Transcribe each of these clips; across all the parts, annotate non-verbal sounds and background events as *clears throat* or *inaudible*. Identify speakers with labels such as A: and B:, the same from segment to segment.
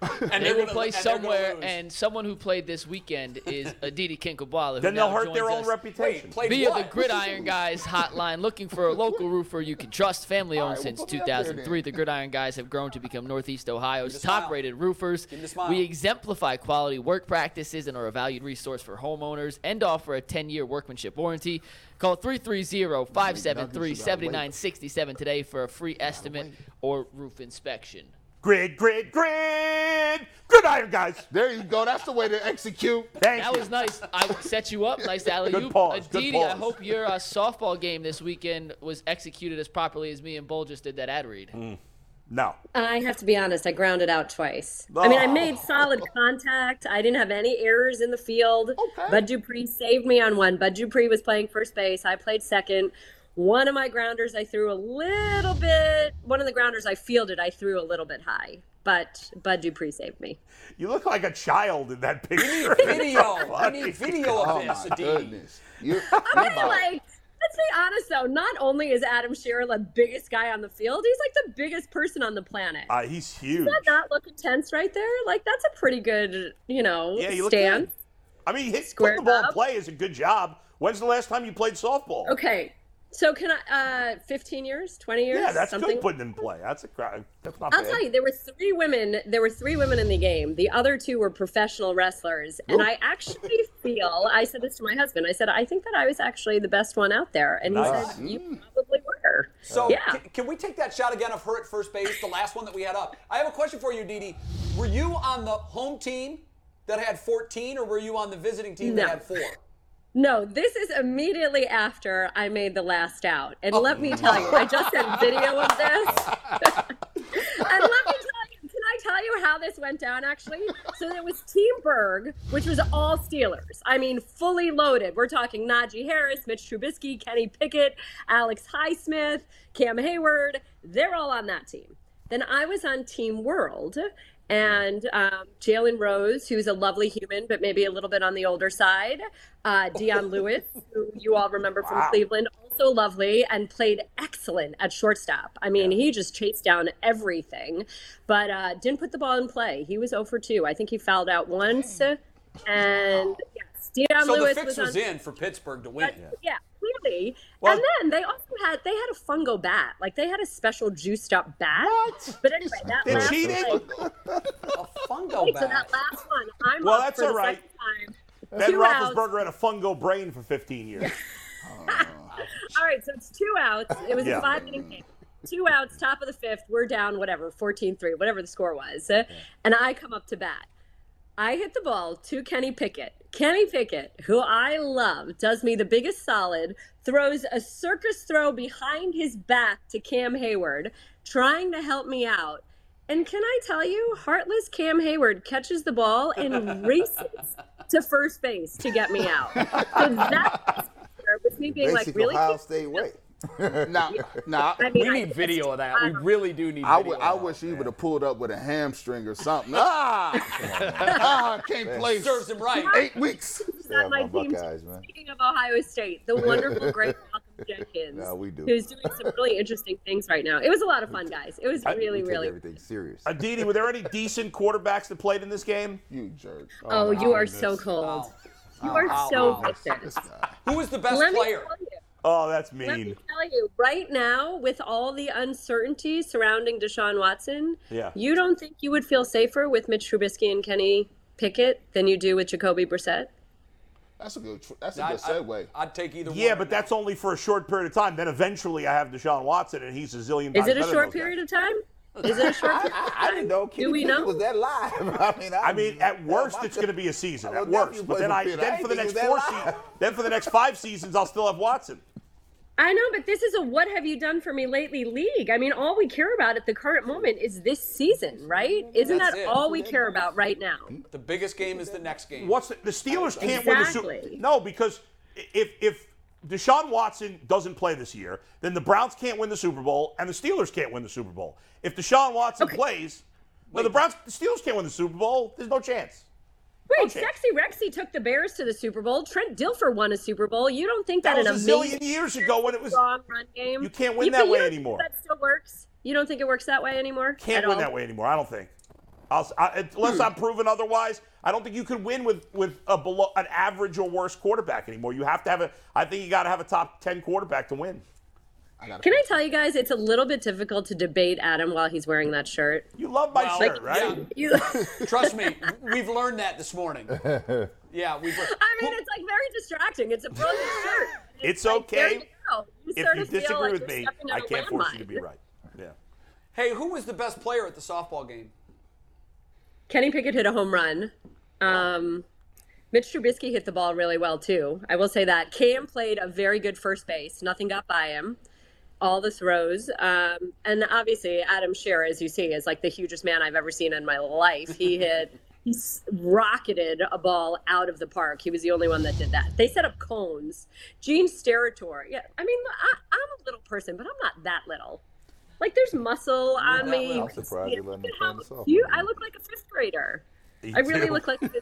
A: *laughs* and
B: they
A: they're
B: will
A: gonna
B: play
A: and they're gonna
B: somewhere,
A: lose.
B: and someone who played this weekend is Aditi Kinkabwala. who
C: Then
B: now
C: they'll hurt
B: joins
C: their own
B: us
C: reputation.
A: Played
B: Via
A: what?
B: the Gridiron Guys hotline, looking for a local roofer you can trust, family
D: All
B: owned
D: right,
B: since
D: we'll put it up there
B: 2003. The Gridiron Guys have grown to become Northeast Ohio's
A: the smile.
B: top rated roofers.
A: Give me the smile.
B: We exemplify quality work practices and are a valued resource for homeowners and offer a 10 year workmanship warranty. Call 330 573 7967 today for a free estimate or roof inspection.
C: Grid, grid, grid. Good iron, guys.
D: There you go. That's the way to execute.
C: Thank
B: That
C: you.
B: was nice. I set you up. Nice alley
C: Good pause, good
B: Aditi, I
C: pause.
B: hope your uh, softball game this weekend was executed as properly as me and Bull just did that ad read.
C: Mm. no.
E: I have to be honest, I grounded out twice. I mean, I
C: Oh.
E: made solid contact. I didn't have any errors in the field.
D: Okay.
E: Bud Dupree saved me on one. Bud Dupree was playing first base. I played second. One of my grounders I threw a little bit, one of the grounders I fielded, I threw a little bit high, but Bud Dupree saved me.
C: You look like a child in that picture.
A: *laughs* *laughs*
C: *laughs*
A: Video. I need video of
D: Oh
A: this,
D: my
A: Aditi.
D: goodness. You,
E: *laughs* I mean, like, let's be honest though, not only is Adam Shearer the biggest guy on the field, he's like the biggest person on the planet.
C: Uh, he's huge.
E: Does that not look intense right there? Like that's a pretty good, you know,
C: Yeah, you look
E: stand.
C: good. I mean, hit, putting
E: Squared
C: the ball in
E: up.
C: play is a good job. When's the last time you played softball?
E: Okay. So can I uh 15 years, 20 years?
C: Yeah, that's
E: something?
C: good putting in play. That's a cra- that's not
E: I'll
C: bad.
E: tell you, there were three women. There were three women in the game. The other two were professional wrestlers, and I actually feel I said this to my husband. I said I think that I was actually the best one out there, and he
C: Nice.
E: said you probably were.
A: So
E: Yeah.
A: can, can we take that shot again of her at first base, the last one that we had up? I have a question for you, Dee Dee. Were you on the home team that had 14, or were you on the visiting team
E: No.
A: that had
E: *laughs*
A: four?
E: No, this is immediately after I made the last out.
C: Oh.
E: And let me tell you, I just sent video of this.
C: *laughs*
E: and let me tell you, can I tell you how this went down actually? So there was Team Berg, which was all Steelers. I mean, fully loaded. We're talking Najee Harris, Mitch Trubisky, Kenny Pickett, Alex Highsmith, Cam Hayward. They're all on that team. Then I was on Team World, and um, Jalen Rose, who's a lovely human, but maybe a little bit on the older side. Uh, Dion Lewis, who you all remember from Cleveland, also lovely and played excellent at shortstop. I mean, he just chased down everything, but uh, didn't put the ball in play. He was 0 for 2. I think he fouled out once. And yes, Dion
A: So the
E: Lewis
A: fix
E: was on.
A: was in for Pittsburgh to win.
E: But, yeah. clearly.
A: Well-
E: and then they also had they had a fungo bat. Like they had a special juiced up bat. But anyway, that
C: They
E: last
C: cheated?
E: play-
A: A fungo
E: so that
A: bat.
E: last one, I'm
C: Well,
E: up
C: that's
E: for
C: all
E: the
C: right.
E: second time.
C: Ben
E: Two outs.
C: Roethlisberger had a fungo brain for 15 years.
E: All right, so it's two outs. It was
C: Yeah.
E: a five inning game. Two outs, top of the fifth. We're down, whatever, 14 3, whatever the score was. And I come up to bat. I hit the ball to Kenny Pickett. Kenny Pickett, who I love, does me the biggest solid, throws a circus throw behind his back to Cam Hayward, trying to help me out. And can I tell you, heartless Cam Hayward catches the ball and races to first base to get me out. So that was me being like,
F: Basic
E: really?
F: Ohio
E: Cam?
F: State *laughs* way.
D: now, now,
E: I mean,
B: We
E: I
B: need
E: think
B: video of that. We really do need
F: I,
B: video.
F: w- I wish you would have pulled up with a hamstring or something. ah, ah, can't play.
A: Serves him right.
F: Eight weeks.
E: it's not my
F: my
E: team.
F: Buckeyes, man.
E: Speaking of Ohio State, the wonderful, great Malcolm Jenkins,
F: No, we do.
E: who's doing some really interesting things right now. It was a lot of fun, guys. It was really,
F: we
E: really.
F: take everything serious.
C: Aditi, were there any decent quarterbacks that played in this game?
F: You jerk.
E: Oh, you are so cold. You are
F: oh,
A: Ow,
E: so
A: ow.
E: vicious.
A: Who was the best
E: Let me tell
A: player?
E: you.
C: Oh, that's
E: Let me
C: mean.
E: tell you, right now, with all the uncertainty surrounding Deshaun Watson,
C: Yeah.
E: you don't think you would feel safer with Mitch Trubisky and Kenny Pickett than you do with Jacoby Brissett?
F: That's a good. tr- That's a
A: I-
F: good segue.
A: I, would take either one.
C: Yeah, but that's only for a short period of time. Then eventually I have Deshaun Watson, and he's a zillion times
E: Is it
C: better
E: a
C: than
E: short
C: those guys.
E: period
F: *laughs*
E: of time? Is it a short
F: I,
E: period?
F: I, I didn't know Kenny
E: we
F: Pickett
E: know?
F: was that live. *laughs* I mean, I,
C: I mean, at worst,
F: my
C: it's going to
F: God.
C: be a season.
F: I
C: At
F: would
C: worst,
F: definitely
C: but
F: play
C: then
F: for
C: I
F: Pitt. I
C: then
F: ain't
C: for the
F: think
C: next
F: he
C: four
F: was that
C: seasons,
F: live.
C: then for the next five seasons, I'll still have Watson.
E: I know, but this is a what have you done for me lately league. I mean, all we care about at the current moment is this season, right? Isn't
A: That's
E: that
A: it.
E: all we care about right now?
C: Mm-hmm.
A: The biggest game is the next game.
C: What's the, the Steelers can't win the
E: Exactly.
C: Super No, because i- if if Deshaun Watson doesn't play this year, then the Browns can't win the Super Bowl and the Steelers can't win the Super Bowl. If Deshaun Watson plays, no, the Browns the Steelers can't win the Super Bowl. There's no chance.
E: Wait,
C: Okay.
E: Sexy Rexy took the Bears to the Super Bowl. Trent Dilfer won a Super Bowl. You don't think
C: That
E: that,
C: was
E: an
C: a zillion
E: amazing
C: years ago when it was
E: strong run game?
C: You can't win
E: You-
C: that
E: you
C: way
E: don't think
C: anymore.
E: That still works. You don't think it works that way anymore?
C: can't win
E: at all? Hmm.
C: that way anymore. I don't think. I'll, I, unless I'm proven otherwise, I don't think you can win with with a below an average or worse quarterback anymore. You have to have a. I think you got to have a top ten quarterback to win.
E: Can I tell you guys, it's a little bit difficult to debate Adam while he's wearing that shirt.
C: You love my
A: Well,
C: shirt,
A: yeah.
C: right?
E: You,
A: Trust me, *laughs* we've learned that this morning. Yeah, we've. learned-
E: *laughs* I mean, it's like very distracting. It's a brilliant shirt.
C: It's
E: like, there
C: okay
E: you go. You
C: if
E: sort
C: you
E: of feel
C: disagree
E: like
C: with
E: you're
C: me.
E: stepping on
C: I
E: a
C: can't force you to
E: landmine.
C: be right.
E: *laughs*
C: Yeah.
A: Hey, who was the best player at the softball game?
E: Kenny Pickett hit a home run. Um, Mitch Trubisky hit the ball really well too. I will say that Cam played a very good first base. Nothing got by him. All the throws, um, and obviously Adam Scherer, as you see, is like the hugest man I've ever seen in my life.
A: *laughs*
E: He hit, he s- rocketed a ball out of the park. He was the only one that did that. They set up cones. Gene Steratore. Yeah, I mean, I, I'm a little person, but I'm not that little. Like there's muscle on
A: that
E: me.
A: little.
E: You
A: I'm
E: can
F: surprised
E: see
F: you
E: it.
F: let him
E: Look at
F: play
E: how
F: in the softball
E: cute- I
F: game.
E: look like a fifth grader.
C: You
B: *laughs*
E: I really
C: do.
E: look like. This.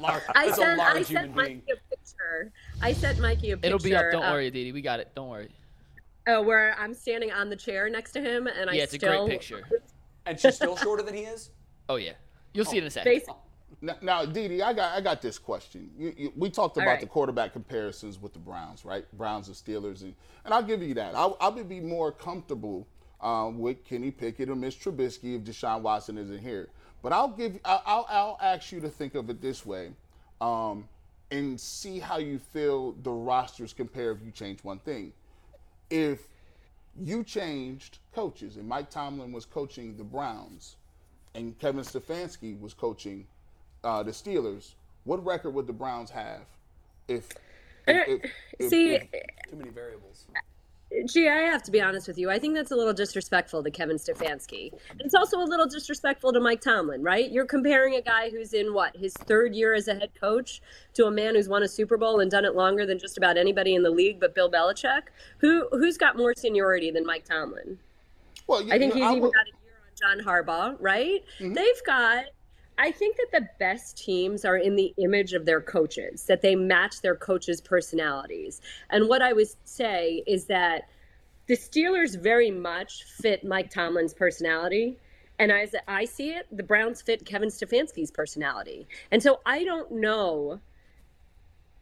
A: Lar-
E: I
A: that's
E: sent
A: a large
E: I
A: human
E: sent Mikey
A: being.
E: a picture. I sent Mikey a picture.
B: It'll be up. Don't
E: of-
B: worry, Didi. We got it. Don't worry.
E: Uh, where I'm standing on the chair next to him, and I
B: Yeah, it's a great
E: still
B: picture.
A: And she's
E: *laughs*
A: still shorter than he is.
B: Oh yeah, you'll see it in a second.
E: Basi-
F: Now, now Didi, I got I got this question. You, you, we talked
E: All
F: about
E: right.
F: the quarterback comparisons with the Browns, right? Browns and Steelers, and, and I'll give you that. I, I would be more comfortable um, with Kenny Pickett or Mitch Trubisky if Deshaun Watson isn't here. But I'll give I- I'll I'll ask you to think of it this way, um, and see how you feel the rosters compare if you change one thing. If you changed coaches and Mike Tomlin was coaching the Browns and Kevin Stefanski was coaching uh, the Steelers, what record would the Browns have if, if, if, if-
E: See,
F: if-
A: Too many variables.
E: gee, I have to be honest with you. I think that's a little disrespectful to Kevin Stefanski. It's also a little disrespectful to Mike Tomlin, right? You're comparing a guy who's in what his third year as a head coach to a man who's won a Super Bowl and done it longer than just about anybody in the league, but Bill Belichick, who who's got more seniority than Mike Tomlin.
F: well, you,
E: I think
F: you know,
E: he's even
F: will- Mm-hmm.
E: got a year on John Harbaugh, right? They've got. I think that the best teams are in the image of their coaches, that they match their coaches' personalities. And what I would say is that the Steelers very much fit Mike Tomlin's personality. And as I see it, the Browns fit Kevin Stefanski's personality. And so I don't know.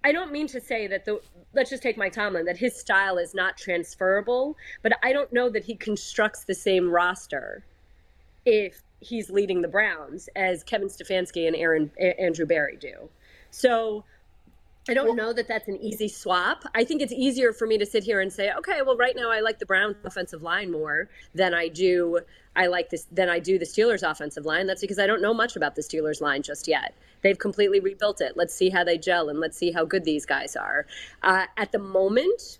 E: I don't mean to say that the let's just take Mike Tomlin that his style is not transferable, but I don't know that he constructs the same roster if he's leading the Browns as Kevin Stefanski and Aaron A- Andrew Barry do. So I don't know that that's an easy swap. I think it's easier for me to sit here and say, okay, well, right now I like the Browns offensive line more than I do. I like this than I do the Steelers offensive line. That's because I don't know much about the Steelers line just yet. They've completely rebuilt it. Let's see how they gel and let's see how good these guys are. Uh, at the moment,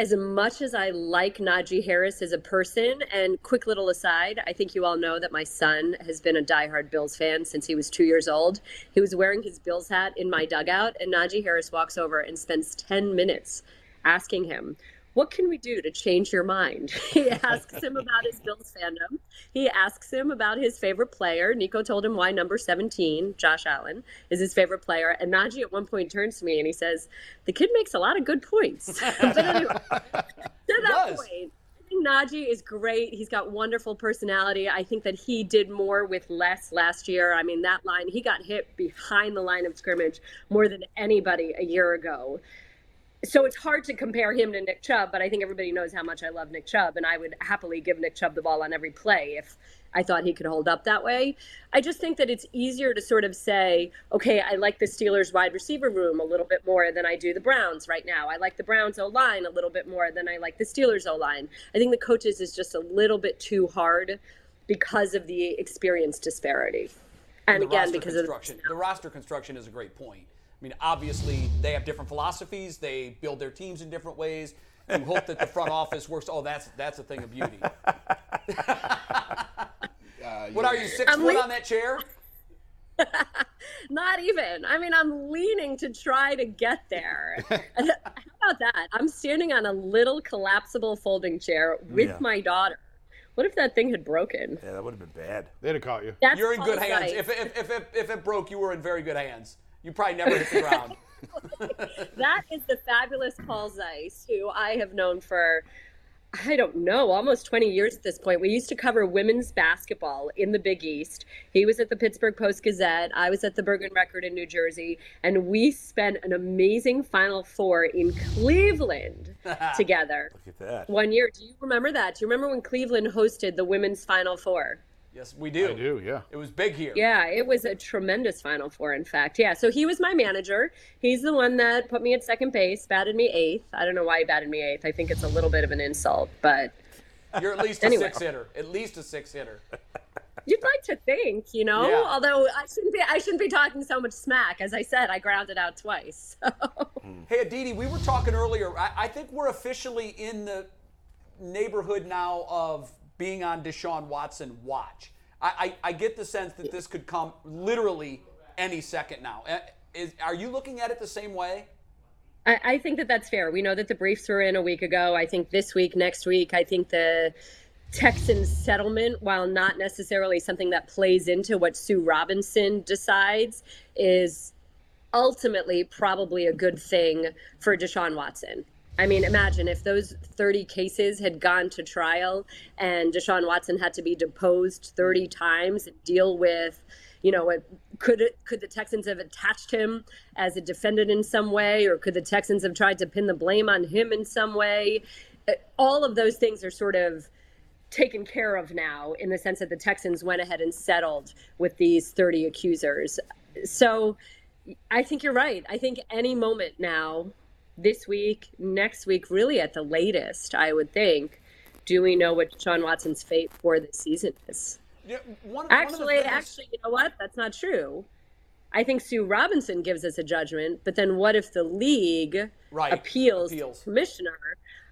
E: as much as I like Najee Harris as a person, and quick little aside, I think you all know that my son has been a diehard Bills fan since he was two years old. He was wearing his Bills hat in my dugout, and Najee Harris walks over and spends 10 minutes asking him, What can we do to change your mind? *laughs* He asks him about his Bills fandom. He asks him about his favorite player. Nico told him why number 17, Josh Allen, is his favorite player. And Najee at one point turns to me and he says, The kid makes a lot of good points. but anyway to that
A: does.
E: point. I think Najee is great. He's got wonderful personality. I think that he did more with less last year. I mean, that line, he got hit behind the line of scrimmage more than anybody a year ago. So it's hard to compare him to Nick Chubb, but I think everybody knows how much I love Nick Chubb, and I would happily give Nick Chubb the ball on every play if I thought he could hold up that way. I just think that it's easier to sort of say, okay, I like the Steelers wide receiver room a little bit more than I do the Browns right now. I like the Browns O line a little bit more than I like the Steelers O line. I think the coaches is just a little bit too hard because of the experience disparity. And,
A: the
E: again,
A: roster
E: because of
A: construction. the roster construction is a great point. I mean, obviously they have different philosophies. They build their teams in different ways. You hope that the
E: *laughs*
A: front office works. Oh, that's that's a thing of beauty.
F: uh,
A: What
F: yeah.
A: are you six
E: I'm
A: foot
E: le-
A: on that
E: *laughs*
A: chair?
E: Not even. I mean, I'm leaning to try to get there. How about that? I'm standing on a little collapsible folding chair with
C: Yeah.
E: my daughter. What if that thing had broken?
C: Yeah, that would have been bad.
D: They'd have caught you.
E: That's
A: You're in good
E: all
A: hands.
E: right.
A: If, if, if, if, if it broke, you were in very good hands. You probably never hit the
E: *laughs*
A: ground.
E: that is the fabulous Paul Zeiss, who I have known for I don't know, almost 20 years at this point. We used to cover women's basketball in the Big East. He was at the Pittsburgh Post Gazette. I was at the Bergen Record in New Jersey. And we spent an amazing Final Four in Cleveland together
C: Look at that.
E: one year. Do you remember that? Do you remember when Cleveland hosted the women's Final Four?
A: Yes, we do.
D: I do, yeah.
A: It was big here.
E: Yeah, it was a tremendous Final Four, in fact. Yeah, so he was my manager. He's the one that put me at second base, batted me eighth. I don't know why he batted me eighth. I think it's a little bit of an insult, but
A: You're at least a
E: Anyway.
A: six hitter. At least a six hitter.
E: you'd like to think, you know.
A: Yeah.
E: Although I shouldn't be, I shouldn't be talking so much smack. As I said, I grounded out twice. *laughs*
A: Hey, Aditi, we were talking earlier. I, I think we're officially in the neighborhood now of being on Deshaun Watson watch. I, I, I get the sense that this could come literally any second now. Eh, Is, are you looking at it the same way?
E: I, I think that that's fair. We know that the briefs were in a week ago. I think this week, next week, I think the Texans settlement, while not necessarily something that plays into what Sue Robinson decides, is ultimately probably a good thing for Deshaun Watson. I mean, imagine if those 30 cases had gone to trial and Deshaun Watson had to be deposed 30 times and deal with, you know, what could it, could the Texans have attached him as a defendant in some way or could the Texans have tried to pin the blame on him in some way? Uh, All of those things are sort of taken care of now in the sense that the Texans went ahead and settled with these 30 accusers. So I think you're right. I think any moment now, this week, next week, really at the latest, I would think, do we know what Sean Watson's fate for this season is?
A: Yeah, one- one of the
E: Actually,
A: things-
E: actually, you know what? That's not true. I think Sue Robinson gives us a judgment, but then what if the league
A: Right,
E: appeals, to the
A: appeals.
E: commissioner?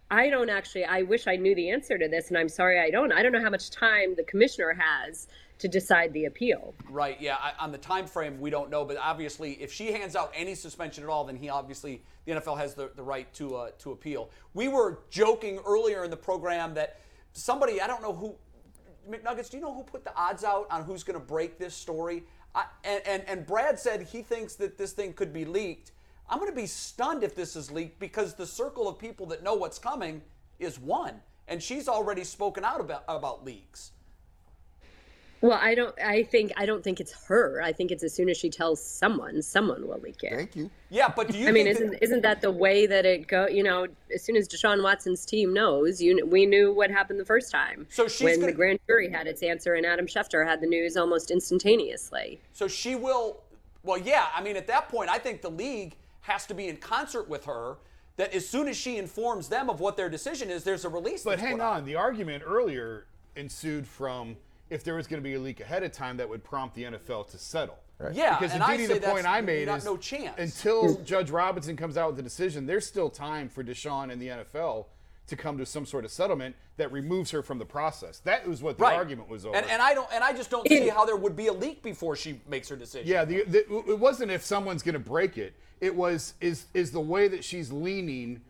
E: I don't actually. I wish I knew the answer to this, and I'm sorry I don't. I don't know how much time the commissioner has to decide the appeal.
A: Right. Yeah. I, on the time frame, we don't know, but obviously, if she hands out any suspension at all, then he obviously the NFL has the, the right to uh, to appeal. We were joking earlier in the program that somebody I don't know who McNuggets. Do you know who put the odds out on who's going to break this story? I, and, and and Brad said he thinks that this thing could be leaked. I'm going to be stunned if this is leaked because the circle of people that know what's coming is one, and she's already spoken out about about leaks.
E: Well, I don't. I think I don't think it's her. I think it's as soon as she tells someone, someone will leak it.
F: Thank you.
A: Yeah, but do you?
E: I mean,
A: think that-
E: isn't isn't that the way that it go? You know, as soon as Deshaun Watson's team knows, you kn- we knew what happened the first time.
A: So she's
E: when
A: gonna-
E: the grand jury had its answer and Adam Schefter had the news almost instantaneously.
A: So she will. Well, yeah. I mean, at that point, I think the league has to be in concert with her. That as soon as she informs them of what their decision is, there's a release.
G: But
A: that's
G: hang
A: put out.
G: on, the argument earlier ensued from if there was going to be a leak ahead of time, that would prompt the NFL to settle.
A: Yeah,
G: Because
A: and I
G: indeed,
A: say
G: the
A: that's
G: point I made
A: not-
G: is
A: no chance.
G: until Judge Robinson comes out with a decision, there's still time for Deshaun and the NFL to come to some sort of settlement that removes her from the process. That was what the
A: Right.
G: argument was over.
A: And, and I don't. And I just don't see how there would be a leak before she makes her decision.
G: Yeah, the, the, it wasn't if someone's going to break it. It was is is the way that she's leaning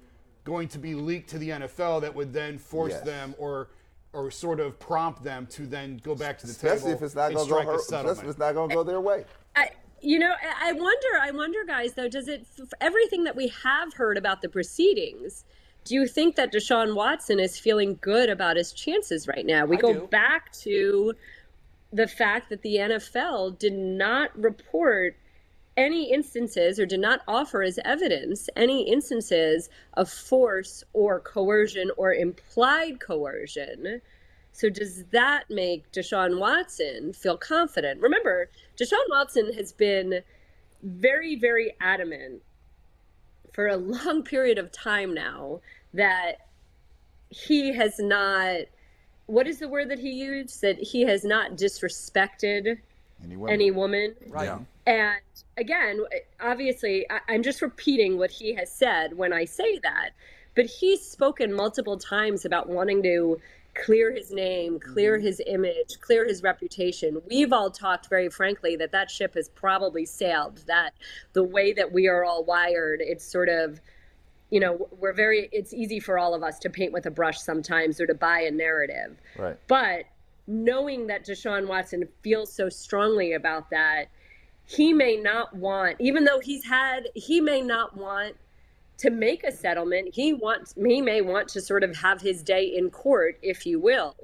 G: going to be leaked to the NFL that would then force
H: Yes.
G: them or or sort of prompt them to then go back to the
H: Especially
G: table
H: if it's not
G: and
H: going to go
G: strike
H: her,
G: a
H: especially if
G: settlement.
H: it's not going to go their way.
E: I, you know, I- I wonder, I wonder, guys, though, does it, f- everything that we have heard about the proceedings, do you think that Deshaun Watson is feeling good about his chances right now? We
A: I
E: go
A: do.
E: back to the fact that the NFL did not report any instances or did not offer as evidence any instances of force or coercion or implied coercion. So does that make Deshaun Watson feel confident? Remember, Deshaun Watson has been very, very adamant for a long period of time now that he has not what is the word that he used? That he has not disrespected
H: Anyway.
E: any woman.
A: Right.
E: And again, obviously, I- I'm just repeating what he has said when I say that, but he's spoken multiple times about wanting to clear his name, clear his image, clear his reputation. We've all talked very frankly that that ship has probably sailed, that the way that we are all wired, it's sort of you know we're very it's easy for all of us to paint with a brush sometimes or to buy a narrative
H: Right.
E: but knowing that deshaun watson feels so strongly about that he may not want even though he's had he may not want to make a settlement, he wants he may want to sort of have his day in court, if you will.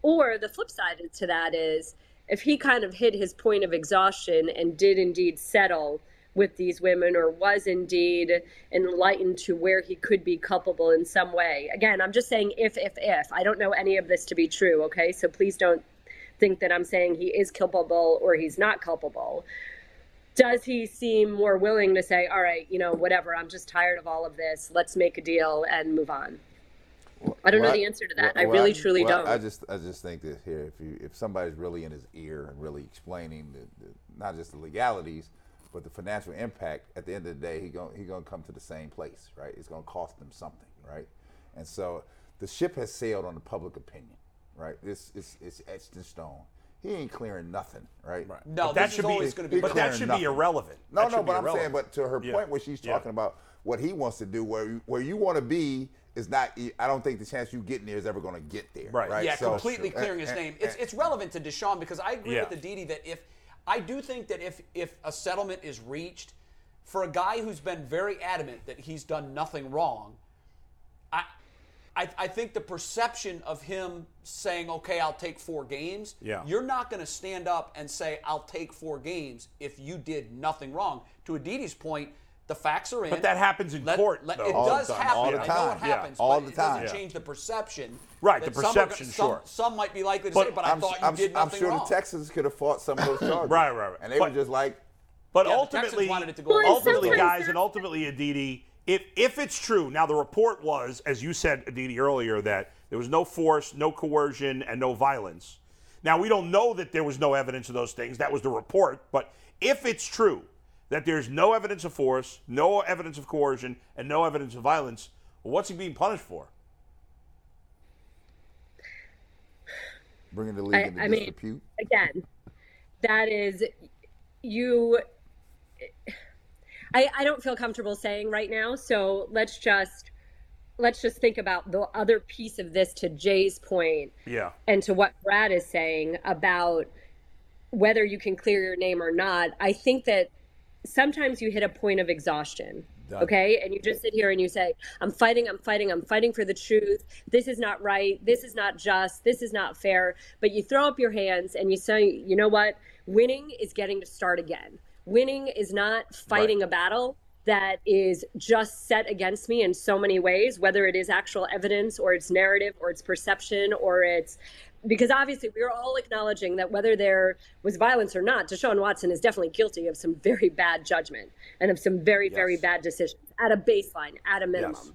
E: Or the flip side to that is if he kind of hit his point of exhaustion and did indeed settle with these women or was indeed enlightened to where he could be culpable in some way. Again, I'm just saying if, if, if. I don't know any of this to be true, okay? So please don't think that I'm saying he is culpable or he's not culpable. Does he seem more willing to say, all right, you know, whatever, I'm just tired of all of this, let's make a deal and move on? I don't know the answer to that. I really, truly
H: well,
E: don't.
H: I just, I just think that here, if you, if somebody's really in his ear and really explaining the, the, not just the legalities, but the financial impact, at the end of the day, he going he gonna come to the same place, right? It's gonna cost him something, right? And so the ship has sailed on the public opinion, right? It's it's it's etched in stone. He ain't clearing nothing, right? Right.
A: No,
C: that
A: this
C: should
A: is
C: be-
A: always going to be.
C: but that should be
H: nothing.
C: irrelevant.
H: No,
C: That
H: no,
C: should be
H: but I'm saying,
C: irrelevant.
H: but to her
C: Yeah.
H: point, where she's
C: Yeah.
H: talking about what he wants to do, where you, where you want to be is not. I don't think the chance you getting there is ever going to get there.
C: Right.
H: right?
A: Yeah,
H: So- uh,
A: completely
H: and-
A: clearing his
H: and-
A: name. It's,
H: and-
A: it's relevant to Deshaun because I agree
C: Yeah.
A: with Aditi that if I do think that if if a settlement is reached for a guy who's been very adamant that he's done nothing wrong, I I, I think the perception of him saying, "Okay, I'll take four games,"
C: Yeah.
A: you're not going to stand up and say, "I'll take four games" if you did nothing wrong. To Aditi's point, the facts are in.
C: that happens in court,
A: let-
C: though.
A: it
C: All the
A: does
H: time.
A: happen.
H: All
A: I
H: the
A: know it
H: time.
C: Yeah.
A: happens,
H: All
A: but
H: the
A: it doesn't
H: time.
A: change change the perception.
C: Right, the
A: that some are go-
C: perception,
A: Some,
C: sure.
A: some might be likely to
C: But
A: say, but
H: I'm,
A: I thought you
H: I'm,
A: did
H: I'm
A: nothing
H: sure
A: wrong.
H: the Texans could have fought
C: *coughs*
H: some of those charges.
C: Right, right, right.
H: And they
C: But-
H: were just like,
C: But
A: Yeah, the
C: ultimately,
A: Texans wanted it to go
E: Well,
A: all
E: it's
A: the
C: ultimately,
A: way.
E: sometimes-
C: guys, and ultimately, Aditi, if if it's true, now the report was, as you said, Aditi earlier, that there was no force, no coercion, and no violence. Now we don't know that there was no evidence of those things. That was the report. But if it's true that there's no evidence of force, no evidence of coercion, and no evidence of violence, well, what's he being punished for?
H: bringing the league
E: I-
H: into
E: I mean-
H: disrepute.
E: again, that is you. I, I don't feel comfortable saying right now, so let's just let's just think about the other piece of this to Jay's point
C: Yeah.
E: and to what Brad is saying about whether you can clear your name or not, I think that sometimes you hit a point of exhaustion. Okay. And you just sit here and you say, I'm fighting, I'm fighting, I'm fighting for the truth. This is not right. This is not just. This is not fair. But you throw up your hands and you say, you know what? Winning is getting to start again. Winning is not fighting a battle that is just set against me in so many ways, whether it is actual evidence or it's narrative or it's perception or it's because obviously we are all acknowledging that whether there was violence or not, Deshaun Watson is definitely guilty of some very bad judgment and of some very, very bad decisions at a baseline, at a minimum.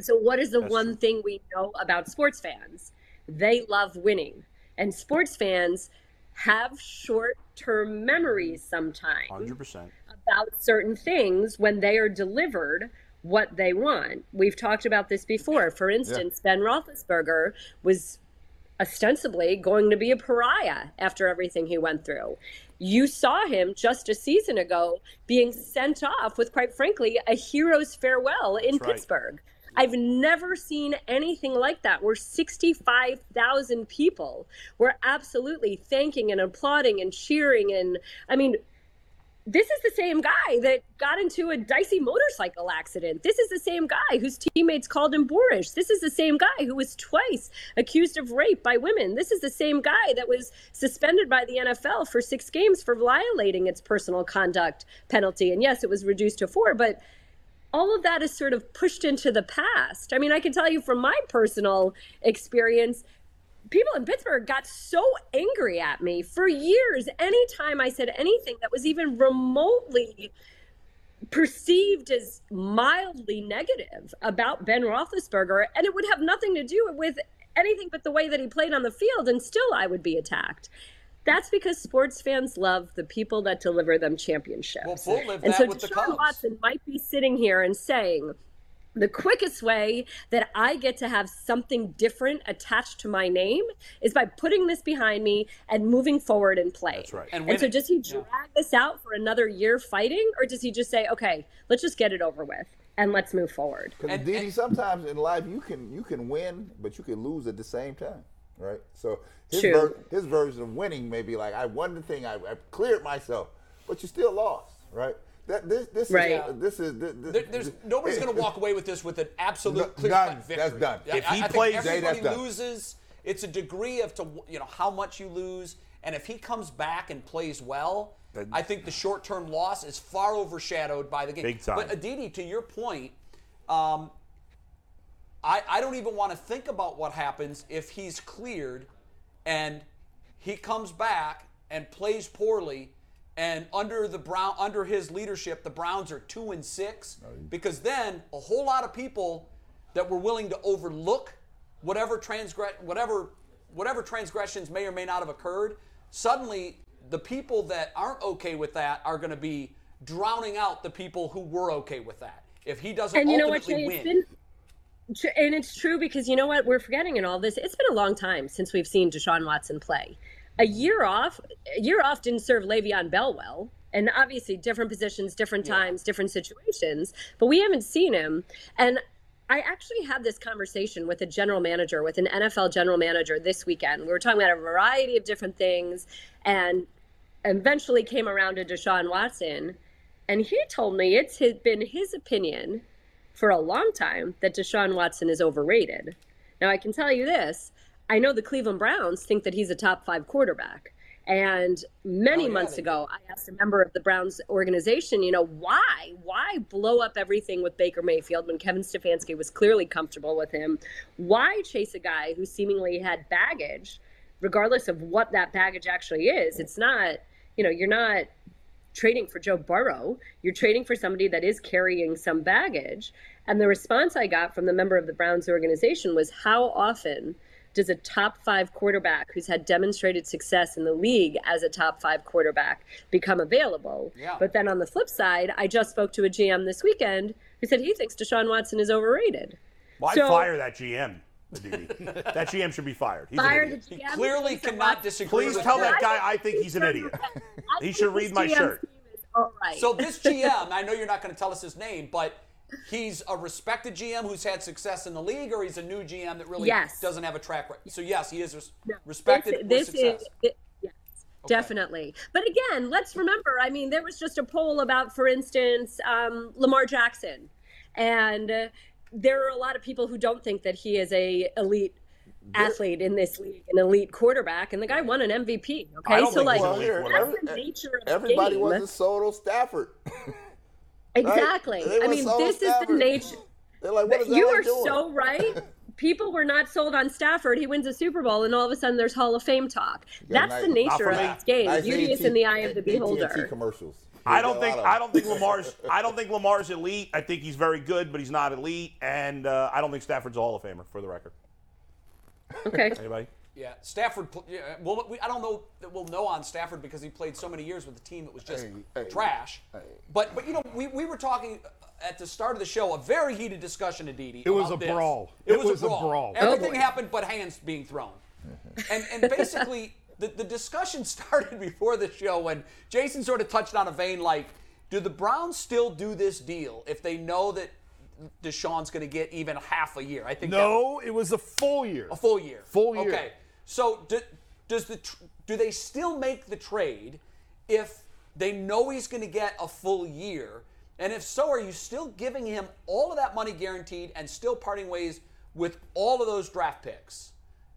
E: So, what is the one thing we know about sports fans? They love winning. And sports fans have short term memories sometimes
C: Hundred percent.
E: about certain things when they are delivered what they want. We've talked about this before. For instance, Ben Roethlisberger was ostensibly going to be a pariah after everything he went through. You saw him just a season ago being sent off with, quite frankly, a hero's farewell in
C: right.
E: Pittsburgh. I've never seen anything like that where 65,000 people were absolutely thanking and applauding and cheering. And I mean, this is the same guy that got into a dicey motorcycle accident. This is the same guy whose teammates called him boorish. This is the same guy who was twice accused of rape by women. This is the same guy that was suspended by the NFL for six games for violating its personal conduct penalty. And yes, it was reduced to four, but all of that is sort of pushed into the past. I mean, I can tell you from my personal experience, people in Pittsburgh got so angry at me for years. Anytime I said anything that was even remotely perceived as mildly negative about Ben Roethlisberger, and it would have nothing to do with anything but the way that he played on the field, and still I would be attacked. That's because sports fans love the people that deliver them championships.
A: Well, Bull lived
E: and
A: that
E: so
A: with the
E: Deshaun
A: Cubs.
E: Watson might be sitting here and saying, the quickest way that I get to have something different attached to my name is by putting this behind me and moving forward and play. That's
C: right.
A: And
E: And, so
A: winning.
E: does he drag this out for another year fighting, or does he just say, okay, let's just get it over with and let's move forward?
H: Because
A: And-
H: Didi,
A: and-
H: sometimes in life you can you can win, but you can lose at the same time, right? So his,
E: True.
H: ver- his version of winning may be like I won the thing, I, I cleared myself, but you still lost, right? That, this, this is
E: Right.
H: this is this, this,
A: There-
H: *laughs*
A: there's nobody's going to walk away with this with an absolute clear
H: done.
A: cut
H: That's
A: victory.
H: done.
A: Yeah,
H: If
A: I-
C: he
A: I think
C: plays-
H: Jay, that's
A: everybody
H: done.
A: loses. It's a degree of to you know how much you lose, and if he comes back and plays well, I think the short term loss is far overshadowed by the game.
C: Big time.
A: But Aditi, to your point, um, I I don't even want to think about what happens if he's cleared, and he comes back and plays poorly. And under the Brown, under his leadership, the Browns are two and six because then a whole lot of people that were willing to overlook whatever transgress, whatever, whatever transgressions may or may not have occurred. Suddenly, the people that aren't okay with that are going to be drowning out the people who were okay with that. If he doesn't
E: and you know what
A: ultimately
E: Jay,
A: win,
E: it's been tr- and it's true because you know what we're forgetting in all this it's been a long time since we've seen deshaun watson play a year off a year off didn't serve Le'Veon bell well and obviously different positions different times different situations but we haven't seen him and I actually had this conversation with a general manager, with an NFL general manager this weekend. We were talking about a variety of different things and eventually came around to Deshaun Watson. And he told me it's his, been his opinion for a long time that Deshaun Watson is overrated. Now, I can tell you this I know the Cleveland Browns think that he's a top five quarterback. And many months ago, I asked a member of the Browns organization, you know, why? Why blow up everything with Baker Mayfield when Kevin Stefanski was clearly comfortable with him? Why chase a guy who seemingly had baggage, regardless of what that baggage actually is? It's not, you know, you're not trading for Joe Burrow. You're trading for somebody that is carrying some baggage. And the response I got from the member of the Browns organization was how often does a top five quarterback who's had demonstrated success in the league as a top five quarterback become available?
A: Yeah.
E: But then on the flip side, I just spoke to a GM this weekend who said he thinks Deshaun Watson is overrated.
C: Why
E: So-
C: fire that GM?
E: *laughs*
C: Aditi? that GM should be fired. He's an
E: Fire the
C: idiot.
E: GM.
A: he clearly
E: thinks that
A: cannot
E: Watson-
A: disagree.
C: Please
A: with
C: tell
A: that.
C: that guy I think he's an idiot.
E: I
C: He
E: think
C: should
E: this
C: read my
E: GM's
C: shirt.
E: team is All right.
A: So this GM, I know you're not going to tell us his name, but he's a respected GM who's had success in the league, or he's a new GM that really
E: Yes.
A: doesn't have a track record. So yes, he is res-
E: No,
A: respected
E: This,
A: with
E: this
A: success.
E: is thi- yes, definitely. But again, let's remember. I mean, there was just a poll about, for instance, um, Lamar Jackson, and uh, there are a lot of people who don't think that he is a elite athlete in this league, an elite quarterback, and the guy won an MVP. Okay,
C: don't
E: so
C: think he's
E: like
C: an
H: Well,
C: elite
H: here,
C: quarterback.
E: that's
H: every-
E: the nature of the
H: everybody
E: game.
H: wasn't sold on Stafford. right?
E: exactly.
H: They
E: I
H: were
E: mean,
H: sold
E: this is the
H: Stafford.
E: nature.
H: They're like, what is
E: you
H: LA
E: are
H: doing?
E: so right. People were not sold on Stafford. He wins a Super Bowl, and all of a sudden there's Hall of Fame talk. That's
H: nice-
E: the nature
C: not
E: of
C: for me.
E: this game.
H: Nice
E: Beauty is
H: AT
E: in the eye of the
H: AT&T
E: beholder.
H: commercials.
C: I
H: There's
C: don't
H: a
C: think
H: lot of
C: I
H: them.
C: don't think Lamar's I don't think Lamar's elite. I think he's very good, but he's not elite. And uh, I don't think Stafford's a Hall of Famer, for the record.
E: Okay.
C: Anybody?
A: Yeah, Stafford. pl- Yeah, well, we, I don't know that we'll know on Stafford because he played so many years with a team that was just
F: Hey, hey,
A: trash. But but you know, we, we were talking at the start of the show a very heated discussion, Aditi. It
G: was a brawl.
A: It,
G: It
A: was,
G: was
A: a
G: a
A: brawl.
G: brawl.
A: Everything happened but hands being thrown.
F: Mm-hmm.
A: and and basically the, the discussion *laughs* started before the show when Jason sort of touched on a vein like, do the Browns still do this deal if they know that Deshaun's going to get even half a year? I think that-
G: No, it was a full year.
A: a full year.
G: Full year.
A: Okay. So do, does the tr- do they still make the trade if they know he's going to get a full year? And if so, are you still giving him all of that money guaranteed and still parting ways with all of those draft picks?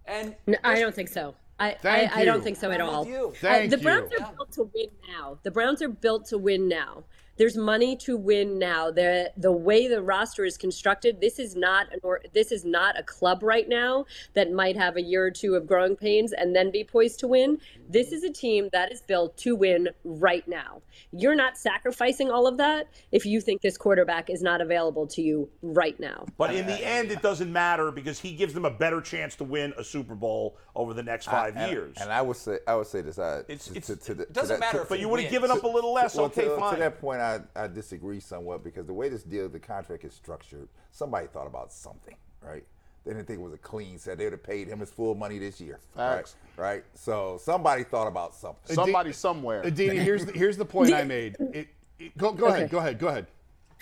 A: And
E: No, I don't think so. I, I,
G: Thank
E: I don't
G: you.
E: think so at
A: I'm with
E: all.
A: you.
E: Uh,
G: Thank
E: the
G: you.
E: Browns are built to win now. The Browns are built to win now. There's money to win now. The the way the roster is constructed, this is not an or, this is not a club right now that might have a year or two of growing pains and then be poised to win. This is a team that is built to win right now. You're not sacrificing all of that if you think this quarterback is not available to you right now.
C: But in the end, it doesn't matter because he gives them a better chance to win a Super Bowl over the
A: Uh,
C: next five
H: And-
C: years.
H: And I would say, I would say this. I,
A: It's-
H: to-
A: it's-
H: to- to the-
A: it
H: to
A: doesn't
H: that-
A: matter
H: to-
A: if
C: but you
A: he
C: would have given
A: wins.
C: up a little less.
H: Well,
C: okay,
H: to,
C: fine.
H: to that point, I, I disagree somewhat because the way this deal, the contract is structured, somebody thought about something, right? They didn't think it was a clean set. They would have paid him his full money this year.
F: Facts.
H: Right? right? So somebody thought about something.
F: Somebody somewhere.
G: Aditi, here's the, here's the point I made. It, it- go, go ahead, go ahead, go ahead.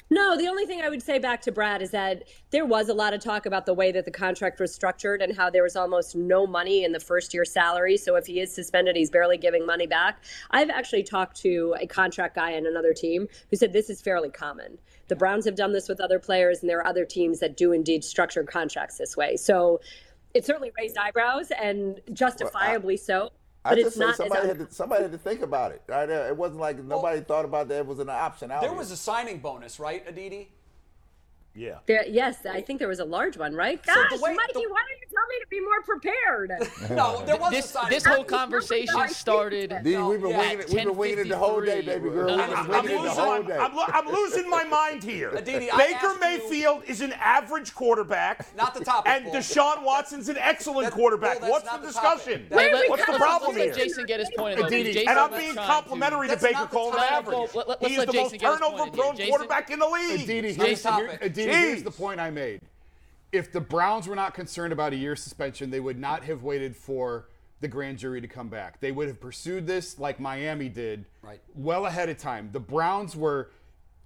E: No, the only thing I would say back to Brad is that there was a lot of talk about the way that the contract was structured and how there was almost no money in the first year salary. So if he is suspended, he's barely giving money back. I've actually talked to a contract guy in another team who said this is fairly common. The Browns have done this with other players, and there are other teams that do indeed structure contracts this way. So it certainly raised eyebrows and justifiably so.
H: I
E: But it's
H: just say
E: not
H: somebody
E: as
H: had, to, somebody had to think about it. Right? Uh, It wasn't like nobody thought about that. It was an option out
A: There
H: here.
A: was a signing bonus, right, Aditi?
C: *laughs* Yeah.
E: There, yes, I think there was a large one, right? Gosh,
A: the way-
E: Mikey,
A: the-
E: why don't you tell me to be more prepared?
A: No, there was a
B: This
A: signing
B: this
A: bonus.
B: whole conversation started.
H: D, we've been
A: yeah,
H: winging it. We've been winging it the whole day,
B: 10:53,
H: baby girl.
B: we're-
H: We've
C: I'm,
H: been
C: I'm
H: winging it
C: losing,
H: the whole
C: my,
H: day.
C: I'm, lo- I'm losing my mind here.
A: Aditi, Uh, I asked
C: Baker
A: you-
C: Mayfield is an average
A: *laughs*
C: quarterback.
A: Not the topic,
C: And
A: Bull.
C: Deshaun Watson's an excellent
A: That- Bull,
C: quarterback.
A: that's
C: What's the
A: not the
C: discussion?
A: topic. That-
E: Wait, we
C: What's the
E: covered
C: problem
E: this.
B: Let's
C: here?
B: let Jason get his point. though,
E: Aditi,
B: because Jason
C: and I'm
B: was
C: being
B: trying to-
C: complimentary to
A: That's
C: Baker
A: not the
C: Cole on
A: topic.
B: Let-
C: average.
B: let- let's
C: He's
B: let
C: the
B: Jason
C: most
B: get his point
C: turnover
B: in here.
C: prone
B: Jason-
C: quarterback in the league.
G: Aditi,
A: not
G: here's,
A: the
G: here-
A: topic.
G: Aditi, here's the
C: Jeez.
G: point I made. If the Browns were not concerned about a year's suspension, they would not have waited for the grand jury to come back. They would have pursued this like Miami did
A: Right.
G: well ahead of time. The Browns were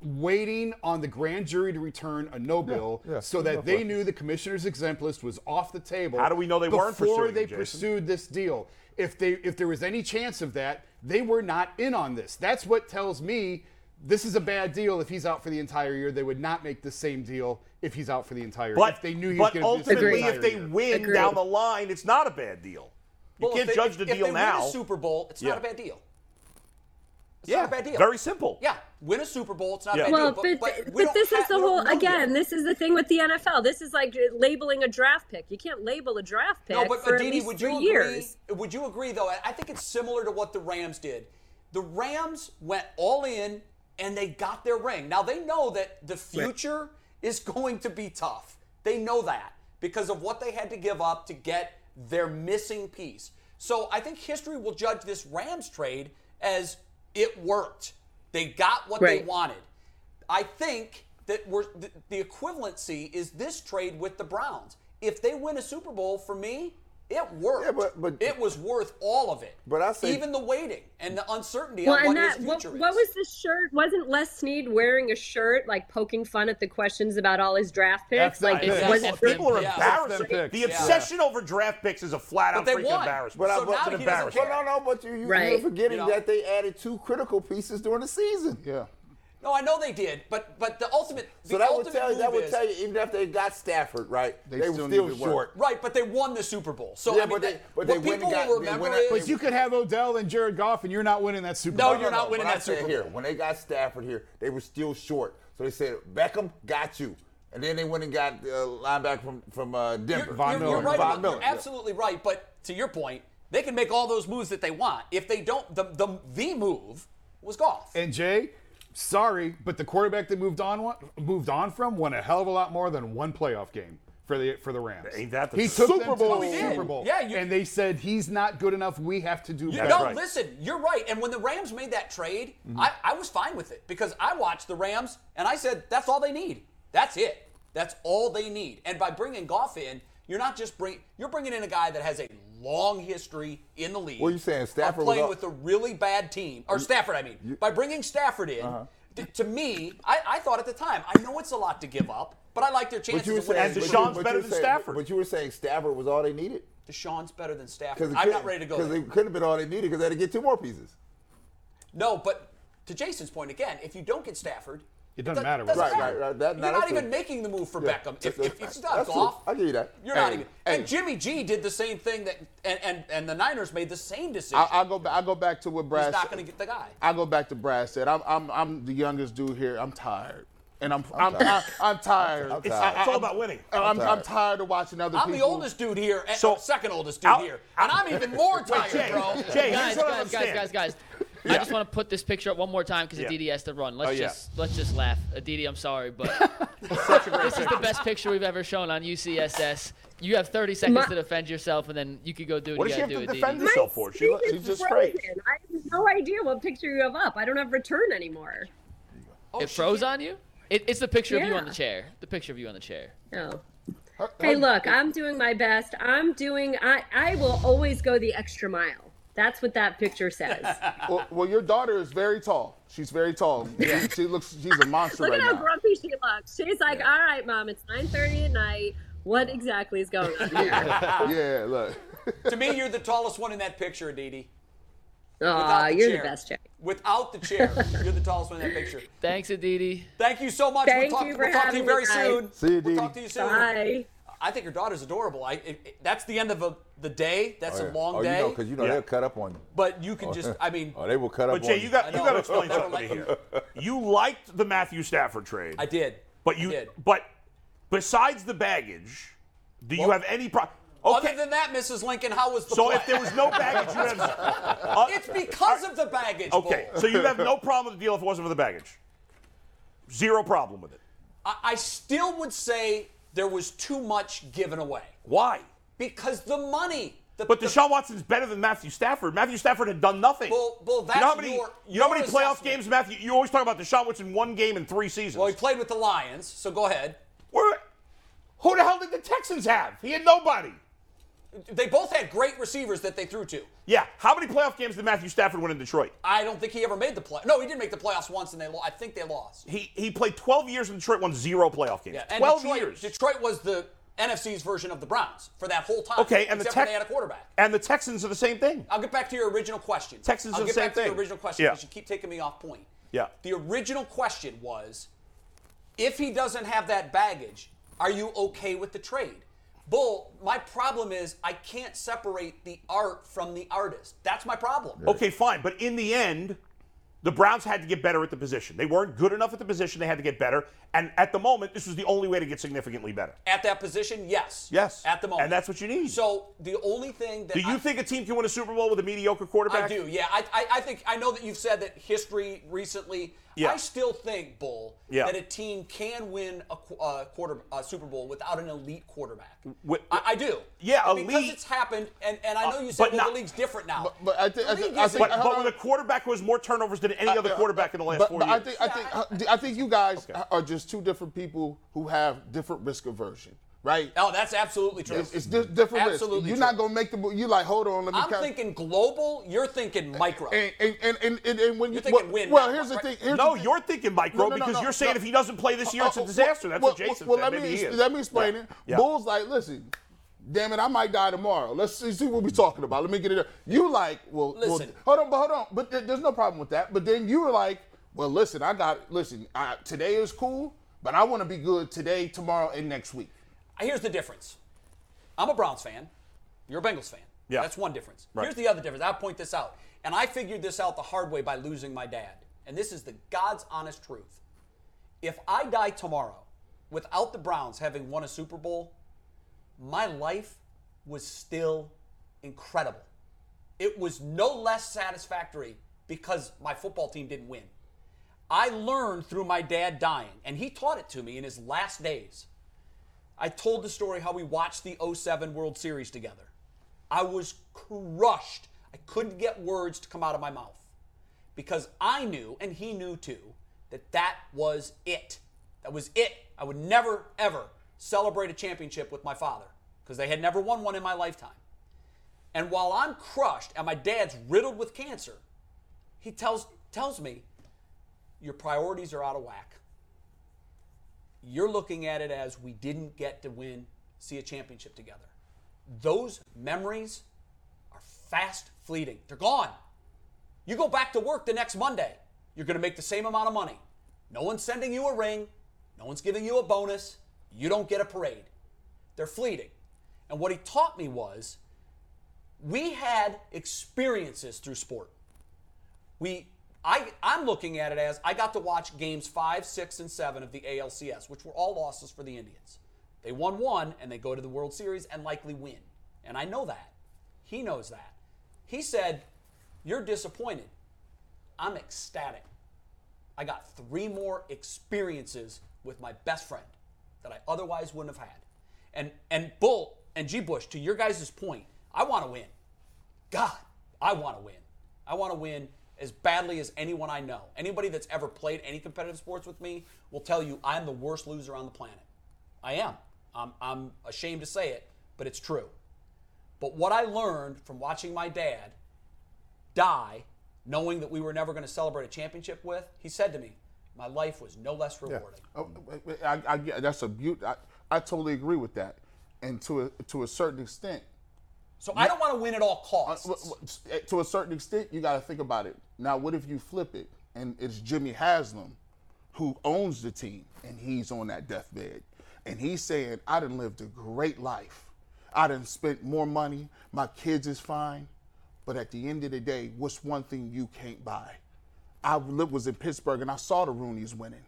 G: waiting on the grand jury to return a no bill so that they knew the commissioner's exempt list was off the table.
C: How do we know they weren't
G: before
C: pursuing
G: they
C: it, Jason?
G: pursued this deal? If they if there was any chance of that, they were not in on this. That's what tells me this is a bad deal if he's out for the entire year. They would not make the same deal if he's out for the entire
C: But,
G: if they knew he was
C: but
G: going to
C: ultimately,
E: Agreed.
C: if they win
E: Agreed.
C: down the line, it's not a bad deal. You
A: Well, if
C: can't
A: they-
C: judge the
A: if
C: deal
A: they
C: now.
A: Win a Super Bowl, it's
C: Yeah.
A: not a bad deal. It's
C: yeah,
A: not a bad deal.
C: very simple.
A: Yeah, win a Super Bowl, it's not
C: Yeah.
A: a bad
E: Well,
A: deal.
E: but,
A: we don't
E: but this
A: have-
E: is the
A: we don't
E: whole
A: know yet.
E: again. This is the thing with the NFL. This is like labeling a draft pick. You can't label a draft pick
A: No, but
E: for at
A: Aditi,
E: least
A: would
E: three
A: you
E: years.
A: agree? Would you agree though? I- I think it's similar to what the Rams did. The Rams went all in and they got their ring. Now they know that the future is going to be tough. They know that because of what they had to give up to get their missing piece. So I think history will judge this Rams trade as it worked. They got what they
E: Right.
A: wanted. I think that we're the, the equivalency is this trade with the Browns. If they win a Super Bowl, for me, it worked.
H: Yeah, but- but-
A: it was worth all of it.
H: But I say-
A: even the waiting and the uncertainty
E: Well,
A: on
E: and
A: what
E: that
A: his
E: what,
A: future is.
E: what was the shirt? Wasn't Les Snead wearing a shirt like poking fun at the questions about all his draft picks?
G: That's not
E: Like,
G: good.
E: was
B: That's
E: it-
C: People are
A: Yeah.
C: embarrassed.
G: Them picks.
C: The
G: Yeah.
C: obsession over draft picks is a flat out
A: they
C: freaking
A: won.
C: embarrassment.
H: But, I,
A: So
H: but,
A: now
H: but,
A: he doesn't care.
H: no, no, but you, you,
E: Right.
H: you're forgetting
A: You know?
H: that they added two critical pieces during the season.
F: Yeah.
A: no, I know they did, but but the ultimate.
H: So
A: the
H: that would
A: ultimate
H: tell you. That
A: move
H: would
A: is-
H: tell you. Even after they got Stafford, right? They,
F: still
H: were still
F: needed work.
H: short.
A: Right, but they won the Super Bowl. So
H: Yeah,
A: I mean,
H: but they-
A: that-
H: but they
A: what
H: went and
A: people
H: got- they
A: will remember
H: went out-
A: is
G: But you could have Odell and Jared Goff, and you're not winning that Super
A: No,
G: Bowl.
A: you're not winning
H: but
A: that
H: I said
A: Super
H: here,
A: Bowl.
H: When they got Stafford here, they were still short. So they said Beckham got you, and then they went and got uh, linebacker from from uh, Denver.
A: You're,
G: Von
A: you're-
G: Miller.
A: you're right
H: Von
A: about- you're
H: Miller, yeah.
A: absolutely right. But to your point, they can make all those moves that they want. If they don't, the the, the move was golf.
G: And Jay, sorry, but the quarterback that moved on wa- moved on from won a hell of a lot more than one playoff game for the for the Rams.
C: Ain't that the
G: he
C: truth?
G: took them
H: Super
G: to the
H: Bowl. Oh, he did.
G: Super Bowl.
A: Yeah, you-
G: and they said he's not good enough. We have to do better.
A: no,
C: right.
A: listen, you're right. And when the Rams made that trade,
H: Mm-hmm.
A: I, I was fine with it because I watched the Rams and I said, that's all they need. That's it. That's all they need. And by bringing Goff in, you're not just bring you're bringing in a guy that has a long history in the league.
H: What you saying,
A: of
H: Stafford was
A: playing
H: all-
A: with a really bad team or Stafford? I mean, by bringing Stafford in,
H: Uh-huh.
A: th- to me, I, I thought at the time, I know it's a lot to give up, but I like their chances.
H: But you were
A: of winning.
C: And
H: saying but you-
C: Deshaun's
H: but you
C: better
H: were
C: than
H: saying-
C: Stafford.
H: But you were saying Stafford was all they needed.
A: Deshaun's better than
H: Because
A: Stafford. I'm not ready to go.
H: Because
A: there.
H: it could have been all they needed because they had to get two more pieces.
A: No, but to Jason's point again, if you don't get Stafford,
G: It doesn't matter what
H: Right, right, right. That-
A: you're
H: now
A: not
H: that's
A: even
H: true.
A: making the move for
H: Yeah.
A: Beckham. If,
H: That's-
A: if, if it's not
H: that's true.
A: golf,
H: I'll give you that.
A: You're not
F: Hey,
A: even.
F: hey.
A: And Jimmy G did the same thing that, and and, and the Niners made the same decision.
F: I, I go back. I go back to what Brad.
A: He's not
F: said.
A: going to get the guy.
F: I go back to Brad said. I'm, I'm, I'm the youngest dude here. I'm tired, and I'm, I'm, I'm, I'm tired.
H: I'm
C: It's,
H: tired.
C: it's all about winning.
F: I'm, I'm,
H: tired.
F: tired of watching other
A: I'm
F: people.
A: the oldest dude here, and
C: So-
A: or second oldest dude
C: I'll-
A: here, and I'm even more tired,
C: Jay,
A: bro.
C: Jay,
B: guys, guys,
C: here's what I
B: guys,
C: understand.
B: guys, guys. I just want to put this picture up one more time because
C: Yeah.
B: Aditi has to run. Let's
C: Oh, yeah.
B: just let's just laugh. Aditi, I'm sorry,
C: *laughs*
B: but
C: Such a great
B: this is the
C: picture.
B: best picture we've ever shown on UCSS. You have 30 seconds
E: My-
B: to defend yourself, and then you could go do what,
C: What
B: you
C: does she
B: got
C: have
B: to do,
C: to
B: Aditi.
C: defend herself for? She,
E: It's
C: she's just
E: frozen.
C: straight.
E: I have no idea what picture you have up. I don't have return anymore.
A: Oh,
B: It
A: she
B: froze
A: can't-
B: on you. It, it's the picture of you on
E: Yeah.
B: the chair. The picture of you on the chair.
E: No. Hey, look, I'm doing my best. I'm doing. I I will always go the extra mile. That's what that picture says.
A: *laughs*
F: Well, well, your daughter is very tall. She's very tall. She, she looks. She's a monster
E: Look
F: right
E: at how
F: now.
E: grumpy she looks. She's like, all right, mom, it's 9.30 at night. What exactly is going on
F: *laughs*
E: here?
F: yeah, yeah, look.
A: to me, you're the tallest one in that picture, Aditi.
E: Aw,
A: the
E: you're
A: chair.
E: the best, Jack.
A: Without the chair, you're the tallest one in that picture.
B: Thanks, Aditi.
A: Thank you so much.
E: Thank
A: we'll talk,
E: you for
A: we'll talk to
E: having
A: you
E: me,
A: very
E: guys.
A: soon.
F: See you,
A: We'll
F: Dee.
A: talk to you soon.
E: Bye.
A: I think your daughter's adorable. I, it, it- that's the end of a, the day. That's
H: Oh,
A: a
H: yeah.
A: long
H: oh,
A: day.
H: you know, because you know
C: Yeah.
H: they'll cut up on you.
A: but you can just, I mean,
H: Oh, they will cut
C: But
H: up on
C: Jay, you got
A: I
C: you
A: know.
C: got
A: *laughs*
C: to explain
A: I don't
C: something
A: like
C: here. You liked the Matthew Stafford trade.
A: I did.
C: But
A: I
C: you
A: did.
C: but besides the baggage, do you have any pro Okay.
A: Other than that, Mrs. Lincoln, how was the
C: so
A: play?
C: if there was no baggage, you'd have Uh,
A: *laughs* it's because of the baggage.
C: Okay,
A: Bull.
C: so you'd have no problem with the deal if it wasn't for the baggage. Zero problem with it.
A: I, I still would say there was too much given away
C: Why?
A: because the money. The,
C: But
A: the-
C: Deshaun Watson's better than Matthew Stafford. Matthew Stafford had done nothing.
A: Well- well,
C: you know how
A: that's
C: many,
A: your-
C: you know how
A: your
C: many playoff
A: assessment.
C: games, Matthew? You always talk about Deshaun Watson one game in three seasons.
A: well, he played with the Lions, so go ahead.
C: Where- who the hell did the Texans have? He had nobody.
A: They both had great receivers that they threw to.
C: Yeah. How many playoff games did Matthew Stafford win in Detroit?
A: I don't think he ever made the play. No, he did make the playoffs once, and they. Lo- I think they lost.
C: He he played 12 years in Detroit, won zero playoff games.
A: Yeah, and
C: 12
A: Detroit,
C: years.
A: Detroit was the NFC's version of the Browns for that whole time.
C: Okay, and the
A: except for
C: Tex-
A: they had a quarterback.
C: And the Texans are the same thing.
A: I'll get back to your original question.
C: Texans
A: I'll
C: are the
A: get
C: same
A: back to
C: thing.
A: your original question
C: Yeah.
A: because you keep taking me off point.
C: Yeah.
A: The original question was, if he doesn't have that baggage, are you okay with the trade? Bull, my problem is I can't separate the art from the artist. That's my problem.
C: Okay, fine. But in the end, the Browns had to get better at the position. They weren't good enough at the position. They had to get better. And at the moment, this was the only way to get significantly better.
A: At that position, yes.
C: Yes.
A: At the moment.
C: And that's what you need.
A: So the only thing that
C: Do you
A: I-
C: think a team can win a Super Bowl with a mediocre quarterback?
A: I do. Yeah, I, I, I think I know that you've said that history recently.
C: Yeah.
A: I still think Bull
C: Yeah.
A: that a team can win a qu- uh, quarter uh, Super Bowl without an elite quarterback.
C: Wi-
A: I, I do.
C: Yeah,
A: because
C: elite- Uh,
A: it's happened, and, and I know you
C: but
A: said well,
C: not-
A: the league's different now.
F: But, but I think, I
A: The
F: think,
A: league
F: I
A: is-
F: think
C: But,
A: Hold
C: but with a quarterback who has more turnovers than any other quarterback in the last
F: Uh, but,
C: four
F: but
C: years.
F: I think I think I think you guys are just two different people who have different risk aversion, right?
A: oh, that's absolutely true.
F: It's, it's di- different risk.
A: Absolutely
F: You're
A: true.
F: not gonna make the. You like hold on. Let me.
A: I'm
F: count.
A: thinking global. You're thinking micro.
F: And and and and, and, and when you
A: thinking
F: well,
A: win,
F: well,
A: not
F: here's the
A: right.
F: thing. Here's
C: no,
F: the thing.
C: you're thinking micro
F: No, no, no,
C: because
F: no,
C: you're saying
F: no.
C: if he doesn't play this year, it's
F: Uh,
C: a
F: uh,
C: disaster. That's
F: well,
C: what Jason
F: well,
C: said.
F: Let me,
C: Maybe he
F: ex-
C: is.
F: let me explain it.
C: Yeah.
F: Bull's like, listen, damn it, I might die tomorrow. Let's see, see what we're talking about. Let me get it up. You like, well, well,
A: Listen.
F: hold on, but hold on. But there- there's no problem with that. But then you were like, well, listen, I got, listen, I, today is cool, but I want to be good today, tomorrow, and next week.
A: Here's the difference. I'm a Browns fan. You're a Bengals fan.
C: Yeah.
A: That's one difference.
C: Right.
A: Here's the other difference. I'll point this out. And I figured this out the hard way by losing my dad. And this is the God's honest truth. If I die tomorrow without the Browns having won a Super Bowl, my life was still incredible. It was no less satisfactory because my football team didn't win. I learned through my dad dying, and he taught it to me in his last days. I told the story how we watched the 07 World Series together. I was crushed. I couldn't get words to come out of my mouth because I knew, and he knew too, that that was it. That was it. I would never, ever celebrate a championship with my father because they had never won one in my lifetime. And while I'm crushed and my dad's riddled with cancer, he tells, tells me, Your priorities are out of whack you're looking at it as we didn't get to win, see a championship together. Those memories are fast fleeting. They're gone. You go back to work the next Monday, you're going to make the same amount of money. No one's sending you a ring, no one's giving you a bonus, you don't get a parade. They're fleeting. And what he taught me was we had experiences through sport. We I I'm looking at it as I got to watch games five, six, and seven of the ALCS, which were all losses for the Indians. They won one and they go to the World Series and likely win. And I know that. He knows that. He said, You're disappointed. I'm ecstatic. I got three more experiences with my best friend that I otherwise wouldn't have had. And and Bull and G Bush, to your guys' point, I want to win. God, I want to win. I want to win as badly as anyone I know. Anybody that's ever played any competitive sports with me will tell you I'm the worst loser on the planet. I am. I'm, I'm ashamed to say it, but it's true. But what I learned from watching my dad die knowing that we were never going to celebrate a championship with, he said to me, my life was no less rewarding.
F: Oh, I, I, I- that's a beaut. I, I totally agree with that, and to a, to a certain extent,
A: So I don't want to win at all
F: uh,
A: costs.
F: w- w- to a certain extent, you got to think about it. Now, what if you flip it and it's Jimmy Haslam who owns the team and he's on that deathbed and he's saying, "I didn't lived a great life. I didn't spent more money. My kids is fine." But at the end of the day, what's one thing you can't buy? I li- was in Pittsburgh and I saw the Rooney's winning.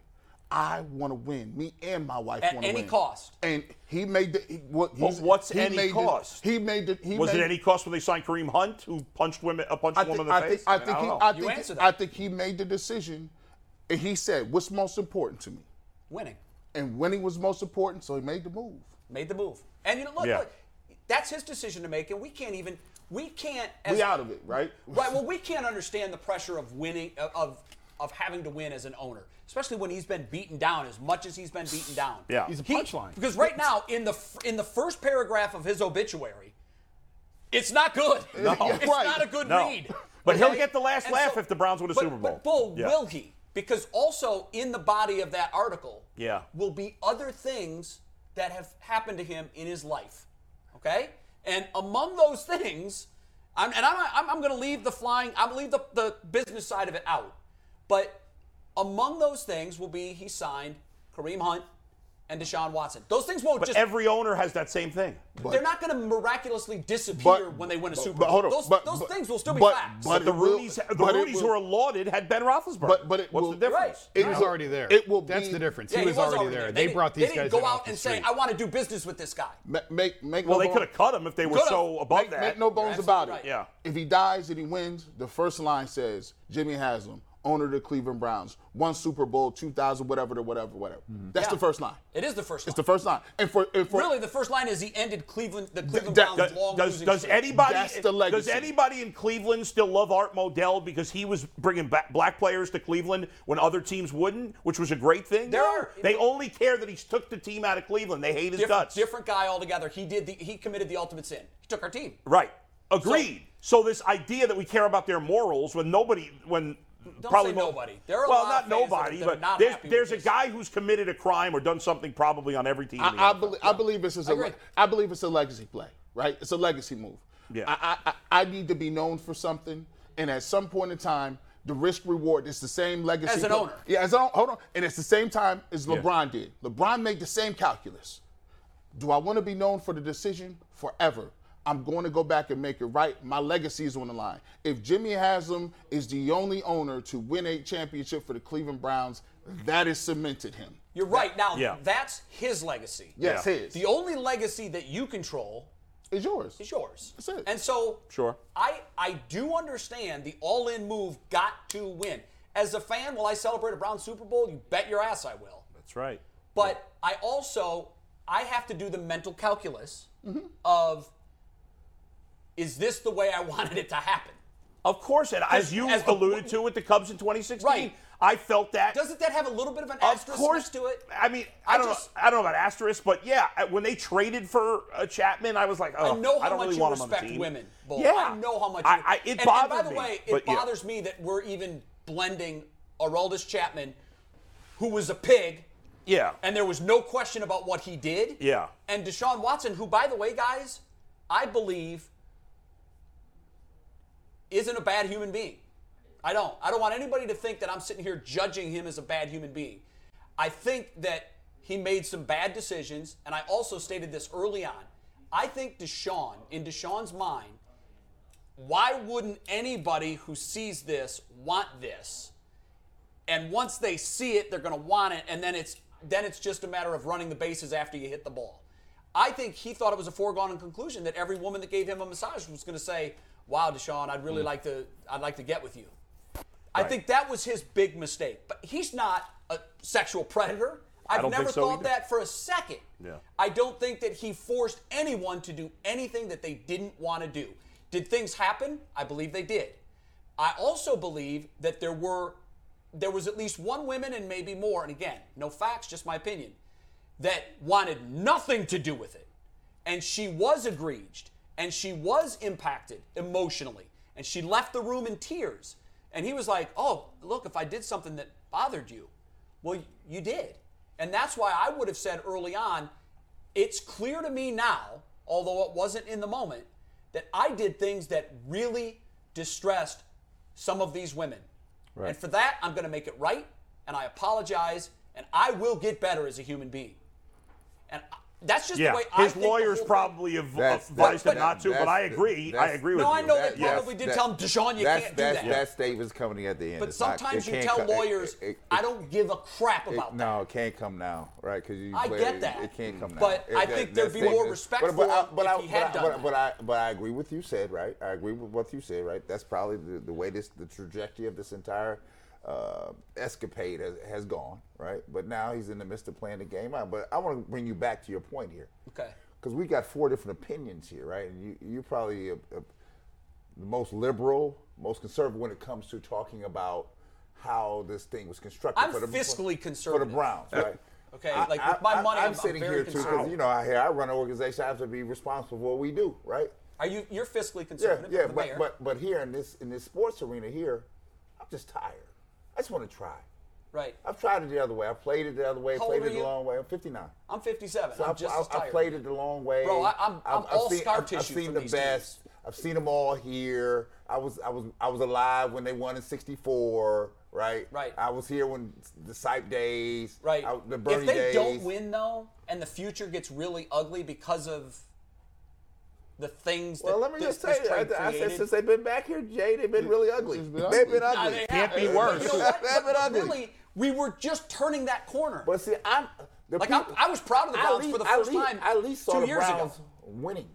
F: I want to win. Me and my wife
A: At
F: want to
A: any
F: win.
A: cost.
F: And he made the. He, what, he's-
C: what's
F: he
C: any
F: made the-
C: cost?
F: he made the. He
C: Was it
F: made-
C: any cost when they signed Kareem Hunt, who punched women, uh, punched
F: I
C: a woman
F: think,
C: in the
F: I think,
C: face?
F: I
C: mean,
F: think, he,
C: don't know.
F: I,
A: You answer
F: think
A: that.
F: I think he made the decision. And he said, what's most important to me?
A: Winning.
F: And winning was most important, so he made the move.
A: Made the move. And you know, look,
C: Yeah.
A: look, that's his decision to make, and we can't even, we can't. As,
F: We out of it, right?
A: Right. Well, we can't understand the pressure of winning, uh, of of having to win as an owner, especially when he's been beaten down as much as he's been beaten down.
C: Yeah.
G: He's a
A: He-
G: punchline.
A: Because right now, in the f- in the first paragraph of his obituary, it's not
C: *laughs*
A: good.
F: No.
A: it's
F: Right.
A: not a good
C: No.
A: read.
C: But he'll
A: Okay?
C: get the last
A: And
C: laugh if the Browns win a
A: but-
C: Super Bowl.
A: But Bull,
C: Yeah.
A: will he? Because also in the body of that article,
C: Yeah.
A: will be other things that have happened to him in his life. Okay, and among those things, I'm, and I'm, I'm, I'm going to leave the flying, I'm going to leave the, the business side of it out. But among those things will be he signed Kareem Hunt and Deshaun Watson. Those things won't
C: But
A: just.
C: every owner has that same thing.
A: they're not going to miraculously disappear
F: But-
A: when they win a
F: but-
A: Super Bowl.
F: but hold on,
A: those
F: but-
A: those
F: but-
A: things will still be
F: but-
A: facts.
F: but
C: But the
F: it will-
C: Rooney's, the
F: but it
C: Rooney's
F: will-
C: were lauded had Ben Roethlisberger.
F: But- but it
C: what's
F: will-
C: the difference?
G: He
F: It
G: was
F: will-
G: already there.
F: it will
G: That's
F: be-
G: the difference.
A: Yeah,
G: he, was already, there. They,
A: didn't-
G: brought these
A: they
G: guys
A: didn't go
G: in
A: out
G: off the
A: and say,
G: street.
A: "I want to do business with this guy."
F: Ma- Make, make
C: Well,
F: no
C: they
F: bone-
C: could have cut him if they were
A: Could've.
C: so above
F: make,
C: that.
F: make no bones
A: You're
F: about
A: absolutely
F: it.
A: right.
F: If he dies and he wins, the first line says, Jimmy Haslam, owner of the Cleveland Browns, won Super Bowl, 2000, whatever, to whatever, whatever.
C: Mm-hmm.
F: That's
A: Yeah.
F: the first line.
A: It is the first.
F: It's
A: line.
F: the first line. And for, and for
A: Really, the first line is he ended Cleveland, the Cleveland
F: that-
A: Browns'
C: Does-
A: long
C: does,
A: losing
C: does
A: streak.
C: anybody
F: That's the legacy.
C: does anybody in Cleveland still love Art Modell because he was bringing back black players to Cleveland when other teams wouldn't, which was a great thing?
A: There
C: No.
A: are-
C: they only care that he took the team out of Cleveland. They hate his
A: different,
C: guts.
A: different guy altogether? He did the he committed the ultimate sin. He took our team.
C: Right. Agreed. So, this idea that we care about their morals when nobody when
A: Don't
C: probably
A: say
C: mo-
A: nobody. There are a
C: well,
A: lot
C: not
A: of fans that-
C: nobody,
A: that are
C: but
A: not
C: there's,
A: happy with
C: there's a
A: this.
C: guy who's committed a crime or done something probably on every team. in the
F: I, I,
C: NFL.
F: believe, I believe this is a
A: agree.
F: le- I believe it's a legacy play, right? It's a legacy move.
C: Yeah.
F: I, I, I I need to be known for something, and at some point in time, the risk reward is the same legacy.
A: As an
F: play-
A: owner.
F: Yeah, as an owner. Hold on, and it's the same time as LeBron did. LeBron made the same calculus. Do I want to be known for the decision forever? I'm going to go back and make it right. My legacy is on the line. If Jimmy Haslam is the only owner to win a championship for the Cleveland Browns, that is cemented him.
A: You're right. Now
C: Yeah.
A: that's his legacy.
F: Yes,
C: Yeah.
F: his.
A: The only legacy that you control
F: It's yours.
A: is yours.
F: That's it.
A: And so
C: Sure.
A: I I do understand the all-in move got to win. As a fan, will I celebrate a Brown Super Bowl? You bet your ass I will.
C: That's right.
A: But I also I have to do the mental calculus
F: Mm-hmm.
A: of is this the way I *laughs* wanted it to happen?
C: Of course, and as you
A: as the-
C: alluded to with the Cubs in 2016,
A: Right.
C: I felt that.
A: Doesn't that have a little bit of an
C: of
A: asterisk
C: course,
A: next to it?
C: I mean, I,
A: I
C: don't
A: just-
C: know. I don't know about asterisk, but yeah, I- when they traded for uh, Chapman, I was like,
A: I
C: oh,
A: know how
C: don't
A: much
C: really
A: you
C: want him on the
A: respect
C: team.
A: women, Bull.
C: Yeah,
A: I know how much.
C: I,
A: you-
C: I, it
A: and,
C: bothered
A: and by the
C: me,
A: way,
C: but
A: it
C: yeah.
A: bothers me that we're even blending Aroldis Chapman, who was a pig,
C: Yeah,
A: and there was no question about what he did.
C: Yeah.
A: And Deshaun Watson, who, by the way, guys, I believe isn't a bad human being. I don't. I don't want anybody to think that I'm sitting here judging him as a bad human being. I think that he made some bad decisions, and I also stated this early on. I think Deshaun, in Deshaun's mind, why wouldn't anybody who sees this want this? And once they see it, they're going to want it, and then it's then it's just a matter of running the bases after you hit the ball. I think he thought it was a foregone conclusion that every woman that gave him a massage was going to say, "Wow, Deshaun, I'd really like to I'd like to get with you." I think that was his big mistake. But he's not a sexual predator. I've
C: don't
A: never
C: think so
A: thought
C: either.
A: that for a second.
C: Yeah.
A: I don't think that he forced anyone to do anything that they didn't want to do. Did things happen? I believe they did. I also believe that there were there was at least one woman and maybe more, and again, no facts, just my opinion, that wanted nothing to do with it. And she was aggrieved and she was impacted emotionally. And she left the room in tears. And he was like, Oh, look, if I did something that bothered you, well, you did. And that's why I would have said early on, it's clear to me now, although it wasn't in the moment, that I did things that really distressed some of these women. And for that, I'm going to make it right, and I apologize, and I will get better as a human being. And I- that's just
C: Yeah,
A: the way I
C: his
A: think the
C: lawyers
A: whole-
C: probably have
H: That's-
C: advised
A: that-
C: him uh, not to,
H: that's-
C: but I agree. I
H: that's-
C: agree with
A: No, I
C: you.
A: know
H: That-
A: they probably
H: yes,
A: did
H: that-
A: tell him, Deshaun, you
H: that's,
A: can't do
H: that's,
A: that.
H: That state's coming at the end.
A: But
H: It's not-
A: sometimes
H: it
A: you
H: can't
A: tell
H: come- it-
A: lawyers,
H: it- it-
A: I don't give a crap
H: it-
A: about that.
H: No, it can't come now, right? Because you.
A: I
H: play-
A: get
H: it-
A: that.
H: It can't come now.
A: But
H: It-
A: I
H: that-
A: think there'd
H: that
A: be more
H: statement-
A: respect
H: but- but
A: for
H: I-
A: him
H: but
A: if
H: I-
A: he had
H: but I-
A: done
H: But I, but I agree with you said, right? I agree with what you said, right? That's probably the, the way this, the trajectory of this entire uh, escapade has, has gone, right? But now he's in the midst of playing the game out. But I want to bring you back to your point here
A: Okay.
H: because we got four different opinions here, right? And you, you're probably a, a, the most liberal, most conservative when it comes to talking about how this thing was constructed.
A: I'm
H: for the,
A: fiscally
H: for,
A: conservative.
H: for the Browns, right?
A: Okay, like, with my money, I'm- I'm
H: sitting
A: very
H: here too because
A: conservative.
H: you know I here I run an organization. I have to be responsible for what we do, right?
A: Are you? You're fiscally
H: Yeah,
A: conservative.
H: yeah.
A: the
H: But,
A: mayor.
H: but but here in this in this sports arena here, I'm just tired. I just want to try.
A: right.
H: I've tried it the other way. I played it the other way.
A: How old
H: played
A: are
H: it the
A: you?
H: long way. I'm 59.
A: I'm 57.
H: So
A: I'm just as
H: I, I
A: tired.
H: played it the long way.
A: Bro, I- I'm- I'm
H: I've
A: all scar
H: I've, I've
A: tissue
H: seen
A: from
H: the
A: these
H: best. I've seen them all here. I was I was I was alive when they won in '64. Right.
A: Right.
H: I was here when the Sype days.
A: Right.
H: I, the Bernie
A: if they
H: days.
A: don't win though, and the future gets really ugly because of the things that
H: Well, let me
A: this,
H: just tell
A: this
H: you, I,
A: trade
H: I said
A: created.
H: since they've been back here, Jay, they've been really ugly.
F: It's been
H: They've been
F: ugly.
A: Nah,
H: ugly.
A: they
C: Can't
A: haven't.
C: be
A: But
C: worse.
A: You know
H: *laughs*
A: what?
H: They've been
A: But
H: ugly.
A: Really, we were just turning that corner.
H: But see, I'm the
A: Like,
H: peop-
A: I'm- I was proud of the
H: I
A: Browns
H: least-
A: for the
H: I
A: first
H: least-
A: time
H: I at least saw
A: two
H: the
A: years ago.
H: Browns winning.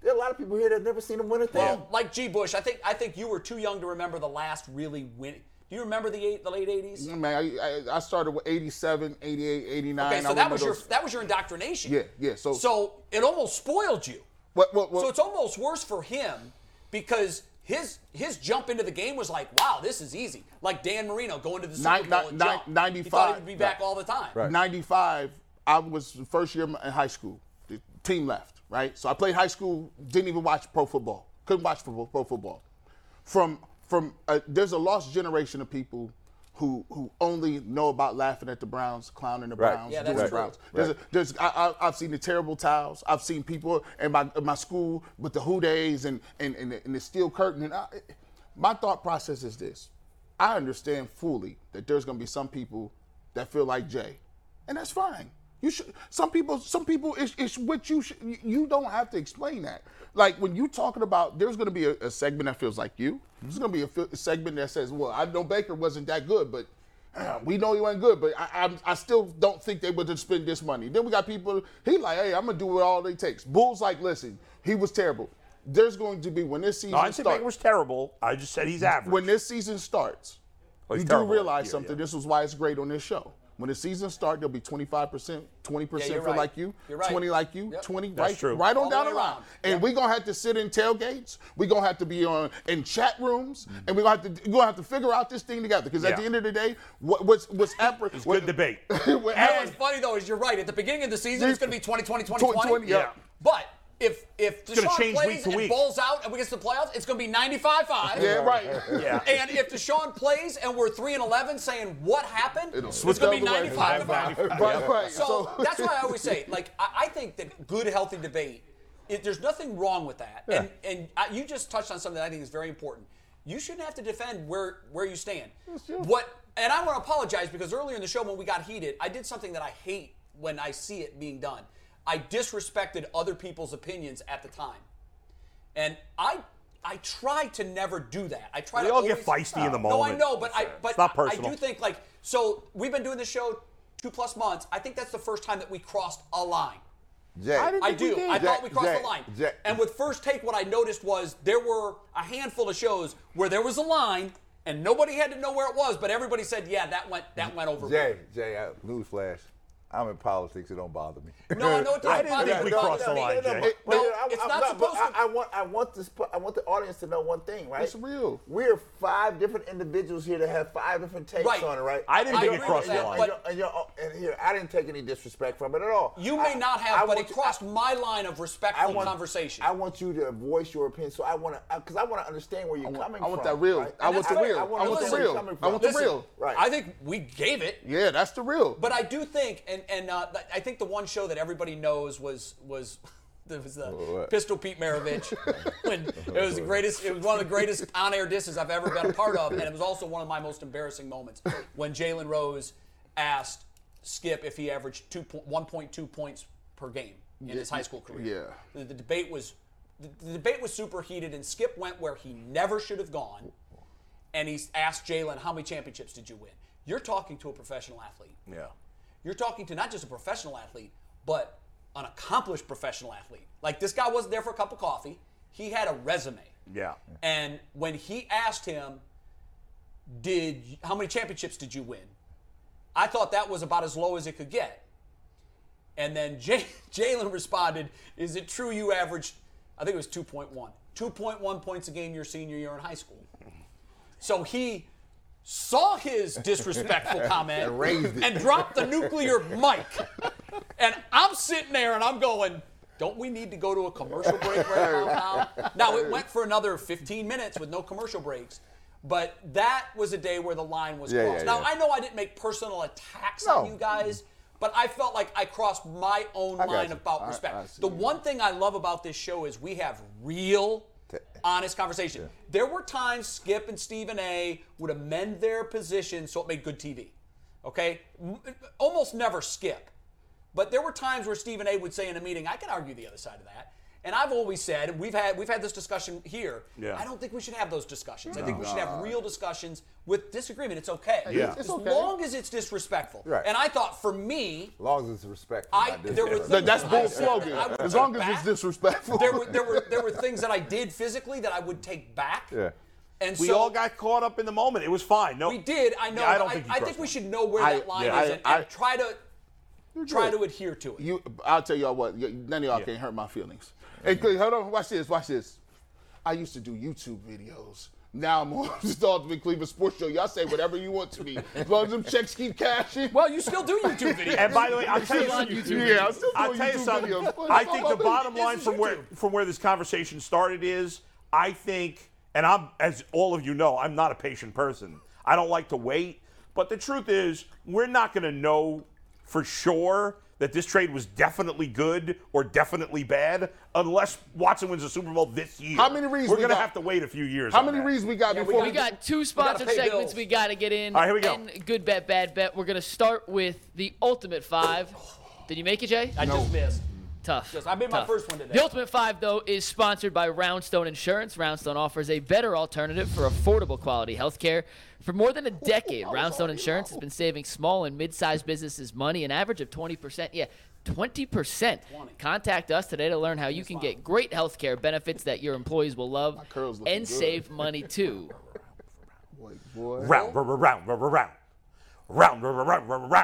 H: There are a lot of people here that have never seen them win a thing.
A: well, like G. Bush, I think I think you were too young to remember the last really win. Do you remember the eight, the late 80s?
F: Man, I, I, I started with 87, 88, 89.
A: Okay,
F: I
A: so that
F: remember
A: was your
F: those-
A: that was your indoctrination.
F: Yeah, yeah, so-
A: so it almost spoiled you.
F: What, what, what,
A: So it's almost worse for him because his his jump into the game was like, wow, this is easy. Like Dan Marino going to the Super
F: Nine-
A: Bowl
F: nine-
A: and
F: nine-
A: jump. He
F: 95.
A: thought he'd be back
F: Right.
A: all the time.
F: 95, I was the first year in high school. The team left, right? So I played high school, didn't even watch pro football. Couldn't watch pro, pro football. From from uh, there's a lost generation of people who who only know about laughing at the Browns, clowning the
H: Right.
F: Browns,
A: Yeah, that's
F: doing the
A: true.
F: Browns. There's, a, there's I, I, I've seen the terrible towels. I've seen people in my in my school with the who days and and, and, the, and the steel curtain. And I, my thought process is this: I understand fully that there's going to be some people that feel like Jay, and that's fine. You should. Some people, some people, it's, it's what you should. you- You don't have to explain that. Like when you talking about, there's going to be a, a segment that feels like you. There's going to be a, fi- a segment that says, "Well, I know Baker wasn't that good, but *clears throat* we know you ain't good, but I, I'm- I, still don't think they would have spent this money. Then we got people, he like, hey, I'm gonna do what all it takes. Bulls like, listen, he was terrible. There's going to be when this season
C: No, I didn't say
F: starts
C: Baker was terrible. I just said he's average.
F: when this season starts,
C: Well, he's
F: you do
C: terrible
F: realize
C: last year,
F: something.
C: yeah.
F: This is why it's great on this show. When the season starts, there'll be 25%, 20%
A: Yeah, you're
F: feel
A: right.
F: like you,
A: You're right.
F: 20 like you,
A: Yep.
F: 20
C: That's
F: right,
C: true.
F: right
A: All
F: on
A: the
F: down
A: way
F: the
A: around.
F: line. And we're gonna have to sit in tailgates. We're gonna have to be on in chat rooms, and we're gonna have to we're gonna have to figure out this thing together. Because
C: Yeah.
F: at the end of the day, what, what's what's appar-
C: it's
F: what-
C: good debate.
F: *laughs* what-
A: You know what's funny though is you're right. At the beginning of the season, it's going to be 20, 20, 20, 20.
F: 20, yeah.
A: But if if
C: gonna
A: Deshaun
C: change
A: plays
C: week to
A: and
C: week.
A: balls out and we get to the playoffs, it's going to be 95 *laughs* 5.
F: Yeah, right.
I: *laughs*
C: Yeah.
A: And if Deshaun plays and we're 3 and 11 saying what happened, it's
F: switch
A: going to be
F: the other way.
A: 95 5.
F: Right, right.
A: So
F: So-
A: that's why I always say, like, I, I think that good, healthy debate, it, there's nothing wrong with that. And, and I, you just touched on something that I think is very important. You shouldn't have to defend where where you stand. What? And I want to apologize because earlier in the show when we got heated, I did something that I hate when I see it being done. I disrespected other people's opinions at the time, and I I try to never do that. I try
C: We
A: to
C: all get
A: always-
C: feisty in the
A: No, I
C: moment.
A: know, but I
C: It's
A: but
C: not
A: I- I
C: personal.
A: do think like so we've been doing this show two plus months. I think that's the first time that we crossed a line.
H: Jay,
A: I do. I thought we crossed
H: Jack,
A: the line.
H: Jack.
A: and with first take, what I noticed was there were a handful of shows where there was a line and nobody had to know where it was, but everybody said, "Yeah, that went that went over."
H: Jay, Jay, I, newsflash. I'm in politics. It don't bother me.
A: No, I know what
C: I
A: you're
C: didn't think we
A: about.
C: crossed the
I: No,
C: line,
I: no,
C: Jay.
I: but-
A: No,
I: but I-
A: it's
I: I'm
A: not
I: but
A: supposed to-
I: I, I want, I want this, I want the audience to know one thing, right?
F: It's real.
I: We're five different individuals here that have five different takes
A: Right.
I: on it, right?
C: I didn't
I: And
C: think
I: you're-
C: it crossed
I: and
C: the
I: you're-
C: line.
I: And, you're- and you're- and here, I didn't take any disrespect from it at all.
A: You may
I: I-
A: not
I: I
A: have, but
I: want
A: it
I: you-
A: crossed
I: I-
A: my line of
I: I
A: respectful
I: want-
A: conversation.
I: I want you to voice your opinion, so I want to, because I want to understand where you're
F: want-
I: coming
F: I
I: from.
F: want that real.
I: right?
F: I
I: And
F: want
I: that's
F: the
I: right.
F: real.
I: I want
F: I want the
I: understand where
F: real.
I: you're coming
F: I want the
I: from.
A: Listen,
F: real.
I: Right.
A: I think we gave it.
F: Yeah, that's the real.
A: But I do think, and and uh, th- I think the one show that everybody knows was was. *laughs* It was the Pistol Pete
F: *laughs*
A: Maravich. when it was the greatest. It was one of the greatest on-air disses I've ever been a part of, and it was also one of my most embarrassing moments when Jalen Rose asked Skip if he averaged two po- 1.2 points per game in his high school career.
F: yeah.
A: The, the debate was the, the debate was super heated, and Skip went where he never should have gone, and he asked Jalen, "How many championships did you win?" You're talking to a professional athlete
C: Yeah.
A: you're talking to not just a professional athlete, but an accomplished professional athlete. Like this guy wasn't there for a cup of coffee. He had a resume.
C: Yeah.
A: And when he asked him, "Did how many championships did you win?" I thought that was about as low as it could get. And then J- *laughs* Jalen responded, "Is it true you averaged? I think it was 2.1, 2.1 points a game your senior year in high school." So he saw his
H: *laughs*
A: disrespectful comment
F: raised it.
A: and dropped the nuclear mic. And I'm sitting there and I'm going, don't we need to go to a commercial break right now? Tom?" Now, it went for another 15 minutes with no commercial breaks. But that was a day where the line was
H: Yeah,
A: crossed.
H: yeah,
A: now,
H: yeah.
A: I know I didn't make personal attacks on
H: No.
A: you guys, but I felt like I crossed my own
H: got
A: line
H: you.
A: about
H: I-
A: respect.
H: I see
A: the
H: you.
A: one thing I love about this show is we have real, honest conversation. There were times Skip and Stephen A would amend their position so it made good TV. Okay? M- Almost never Skip. But there were times where Stephen A would say in a meeting, I can argue the other side of that. And I've always said, and we've had we've had this discussion here.
C: Yeah.
A: I don't think we should have those discussions. I think we should have real discussions with disagreement. It's okay.
C: Yeah.
A: As
F: It's okay.
A: long as it's disrespectful.
H: Right.
A: And I thought for me,
H: As long as it's respectful.
A: I
H: not
A: there were
H: disrespectful.
F: Look, that's
A: I
F: bold
A: said that
F: slogan.
A: I would
F: As long as
A: take
F: it's
A: back.
F: disrespectful.
A: There were there were there were things that I did physically that I would take back.
H: Yeah.
A: And
C: We
A: so
C: all got caught up in the moment. It was fine. No,
A: we did. I know.
C: Yeah, I
A: but
C: don't
A: I,
C: think you
A: I
C: crossed
A: we
C: one.
A: should know where
F: I-
A: that line
C: yeah,
A: is
F: I-
A: and,
F: I-
A: and try to try
F: good.
A: to adhere to it.
F: You, I'll tell y'all what. y- None of y'all can hurt my feelings. Hey, Clay, hold on. Watch this. Watch this. I used to do YouTube videos. Now I'm on *laughs* the Ultimate Cleveland Sports Show. Y'all say whatever you want to me. As long as them checks keep cashing.
A: well, you still do YouTube videos.
C: And by the way, I'll tell you
F: Still on
C: something.
F: YouTube. Yeah, I'm still
C: I'll
F: doing
C: tell you
F: YouTube
C: something.
F: videos.
C: I think the bottom
A: This
C: line
A: is
C: from where
A: YouTube.
C: from where this conversation started is I think, and I'm as all of you know, I'm not a patient person. I don't like to wait. But the truth is, we're not going to know for sure that this trade was definitely good or definitely bad unless Watson wins the Super Bowl this year.
F: How many reasons
C: We're
F: we
C: gonna
F: got?
C: have to wait a few years.
F: How
C: on
F: many
C: that.
F: reasons we got
A: Yeah, we
F: before
A: got-
B: We got two sponsored
A: pay
B: segments
A: bills.
B: we got to get in.
C: All right, here we go.
B: And good bet, bad bet. We're going to start with the ultimate five. Did you make it, Jay?
A: I just missed.
B: Tough.
A: Yes, I made my
B: tough.
A: first one today.
B: The Ultimate Five, though, is sponsored by Roundstone Insurance. Roundstone offers a better alternative for affordable quality health care. For more than
A: *laughs*
B: a decade, Roundstone Insurance has been saving small and mid sized businesses money, an average of 20%. Yeah. 20%. Contact us today to learn how you can get great health care benefits that your employees will love
F: curls looking
B: and
F: good.
B: save
A: *laughs*
B: money too.
F: boy.
C: Round, round, round, round, round, round, round, round, round, round,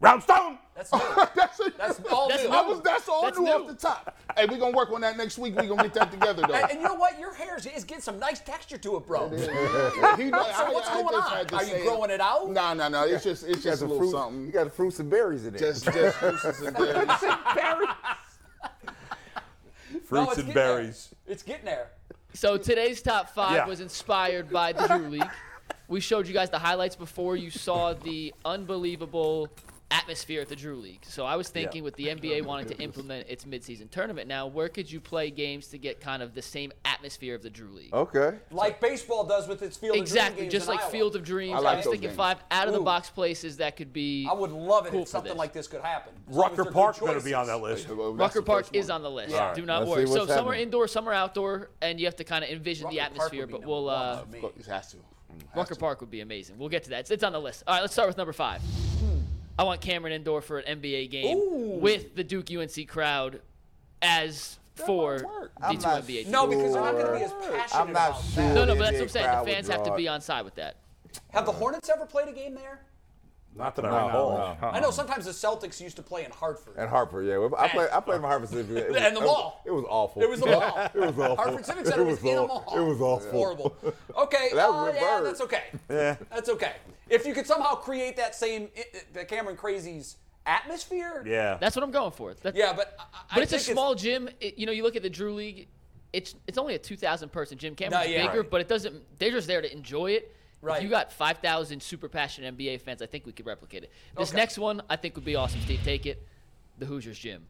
C: round, stone.
A: That's new.
F: That's, it.
A: That's all
B: That's
A: new.
B: new.
F: That was, that's all
B: That's
F: new,
B: new.
F: off the top. Hey, we're going to work on that next week. We're going to get that together,
A: *laughs*
F: though.
A: And, and you know what? Your hair is, is getting some nice texture to it, bro.
F: He knows-
A: So what's going
F: just
A: on?
F: had to
A: Are you
F: say it.
A: growing it out?
F: No, no, no. It's just, it's
H: You got
F: just a
H: the
F: little
H: fruits-
F: something.
H: You got the fruits and berries in it.
F: just, just juices
H: *laughs*
F: and berries.
A: No, it's
C: Fruits and
A: getting there.
C: berries.
A: It's getting there.
B: So today's top five
C: Yeah.
B: was inspired by the Drew League. We showed you guys the highlights before. You saw the unbelievable atmosphere at the Drew League. So I was thinking with the NBA wanting to implement its midseason tournament now, where could you play games to get kind of the same atmosphere of the Drew
A: Oh,
B: League?
H: okay.
A: Like baseball does with its field
B: Exactly,
A: of dreams games
B: just
A: in
B: like
A: Iowa.
B: Field of Dreams. I,
F: like
B: was
F: those
B: thinking
F: games.
B: five out of the box places that could be.
A: I would love it
B: Cool
A: if
B: for
A: something
B: this.
A: like this could happen. As long as
C: Rucker
A: they're good
C: Park's going to be
A: choices.
C: on that list.
F: Well, that's
B: Rucker
F: the
B: Park
F: first
B: is
F: one.
B: on the list.
A: Yeah.
B: Do not
H: Let's
B: worry.
H: see
B: So
H: what's
B: some are
H: happening.
B: indoor, some are outdoor, and you have to kind of envision
A: Rucker
B: the
A: Park
B: atmosphere.
A: would be
B: But
A: number
B: we'll
A: one
B: uh,
A: for me.
F: It has to.
B: Rucker Park would be amazing. We'll get to that. It's, it's on the list. All right, let's start with number five. I want Cameron Indoor for an NBA game with the Duke UNC crowd as for the
H: I'm
B: two
H: not
B: NBA teams.
A: No, because they're not going to be as
H: Sure.
A: passionate
H: I'm not
A: about
H: sure.
A: that.
B: no, no, but
H: NBA
B: that's what I'm saying.
H: crowd
B: The
H: would
B: fans have to
H: draw it.
B: be on side with that.
A: Have the Hornets ever played a game there?
C: Not that I
H: No,
C: recall.
H: no.
G: Uh-huh.
A: I know sometimes the Celtics used to play in Hartford.
H: And Harper, yeah. I played, I played in Harper Civic. It was-
A: And the
H: it was-
A: mall.
H: It was awful.
A: It was a mall.
H: *laughs* it was awful.
A: Hartford Civic Center
H: It
A: was, in a
H: awful.
A: mall.
H: It was awful.
A: Horrible. Okay.
H: That
A: uh,
H: was a
A: yeah,
H: bird.
A: that's okay. Yeah. That's okay. If you could somehow create that same i- i- the Cameron Crazy's atmosphere.
C: Yeah.
B: That's what I'm going for. That's,
A: Yeah, but I, I
B: but it's a
A: think
B: small gym. It- you know, you look at the Drew League. It's it's only a two thousand person gym. Cameron's
A: yeah.
B: bigger,
A: Right.
B: but it doesn't. They're just there to enjoy it.
A: Right.
B: If you got five thousand super passionate NBA fans, I think we could replicate it. This
A: Okay.
B: next one, I think would be awesome. Steve, take it. The Hoosiers gym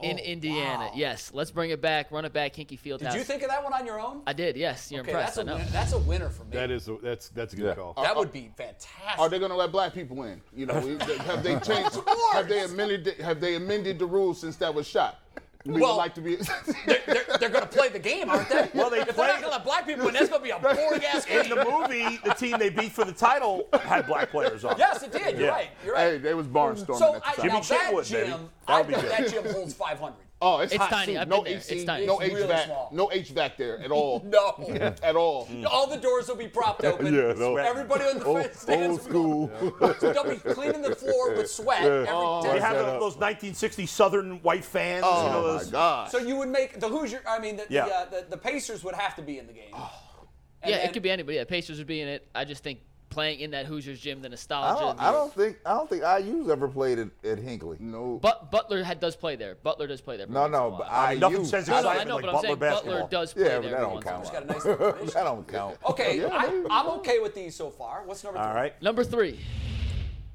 B: in Indiana. Yes, let's bring it back. Run it back, Hinky Fieldhouse.
A: Oh, Did you think of that one on your own?
B: I did. Yes, you're
A: okay,
B: impressed.
A: that's a
B: I know.
A: win- that's a winner for me.
G: That is a, that's that's a good
H: Yeah.
G: call.
A: That would be fantastic.
F: Are they going to let black people in?
A: *laughs*
F: You know, we- have they changed? have they amended? Have they amended the rules since that was shot? We
A: Well,
F: would like to be. *laughs*
A: they're, they're going to play the game, aren't they?
C: Well, they
A: if they're
C: play-
A: not going to let black people in, that's going to be a boring ass
C: *laughs* In
A: game.
C: the movie, the team they beat for the title had black players on. it.
A: yes, it did. You're
C: Yeah.
A: right. You're right.
F: hey, they was barnstorming
A: so
F: at the
A: I,
F: time.
C: Jimmy
A: now that
C: Chatwood,
A: gym,
C: baby.
A: I
C: That'll be
A: bet
C: good.
A: that gym holds 500.
F: *laughs* oh, it's,
B: It's
F: hot
B: tiny.
F: too.
B: I've
F: no
B: been there.
F: AC,
B: It's tiny.
F: no
A: It's really
F: HVAC,
A: small.
F: no HVAC
A: *laughs*
F: there at all.
A: No.
F: at all.
A: All the doors will be propped
C: *laughs*
A: open.
H: Yeah, no.
A: Everybody on the
H: Old,
A: fence stands.
H: old school.
A: So they'll be cleaning the floor with sweat every day.
F: Oh,
C: They have
F: uh,
C: those 1960 Southern white fans. you know,
F: Oh my
C: those-
F: God!
A: so you would make the Hoosier. I mean, the,
C: Yeah.
A: the, uh, the the Pacers would have to be in the game. And
B: yeah,
A: then-
B: it could be anybody. Yeah, Pacers would be in it. I just think playing in that Hoosiers gym, the
H: I
B: nostalgia.
H: don't,
B: the-
H: I don't think I don't think IU's ever played at, at Hinkley.
F: no,
B: But Butler had, does play there. Butler does play there.
H: No, no, but I
C: nothing says
B: No,
C: excitement
B: no, I know,
C: like
B: but I'm
C: Butler
B: saying
C: basketball.
B: Butler does play
H: Yeah, but
B: there.
H: that
B: every
H: don't
B: once in a while.
H: count.
A: Got a
F: *laughs*
A: nice little finish.
H: That don't count.
G: Oh,
A: Okay, I, I'm okay with these so far. What's number three?
C: All right.
B: Number three.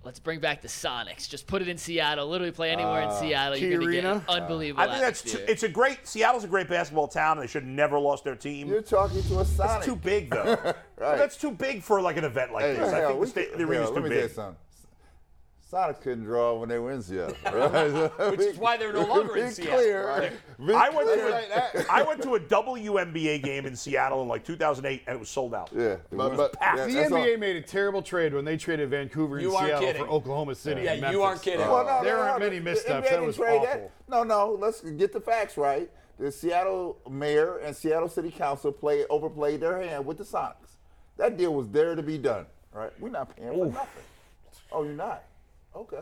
B: Let's bring back the Sonics. Just put it in Seattle. Literally play anywhere in Seattle. You're gonna get an unbelievable.
C: Uh, I think that's too,
B: atmosphere.
C: it's a great Seattle's a great basketball town. and They should have never lost their team.
H: You're talking to a Sonic.
C: That's too big
H: *laughs*
C: though. That's too big for like an event like
H: Hey,
C: this. I
H: hell,
C: think the,
H: we
C: sta-
H: could-
C: the arena's
H: hell,
C: too
H: Let me tell you
C: big.
H: something. Sonics couldn't draw when they were
A: *laughs*
H: in Seattle. Right?
A: Which
H: *laughs*
A: is why they're no longer in
H: Be
A: Seattle.
H: clear. Be
C: I went,
H: clear.
C: to a, I went to a WNBA game in Seattle in like 2008 and it was sold out.
H: Yeah,
F: but, but
G: The
H: that's all.
G: NBA made a terrible trade when they traded Vancouver and
A: You aren't
G: Seattle
A: kidding.
G: for Oklahoma City.
A: Yeah,
G: and
A: you
G: Memphis.
A: aren't kidding.
H: Well, no,
G: There
H: no,
G: aren't
H: no,
G: many
H: the-
G: missteps.
H: the NBA
G: That
H: didn't
G: was
H: trade
G: awful.
H: No, no. Let's get the facts right. The Seattle mayor and Seattle City Council play overplayed their hand with the Sonics. That deal was there to be done. Right? We're not paying for nothing. Oh, you're not. Okay.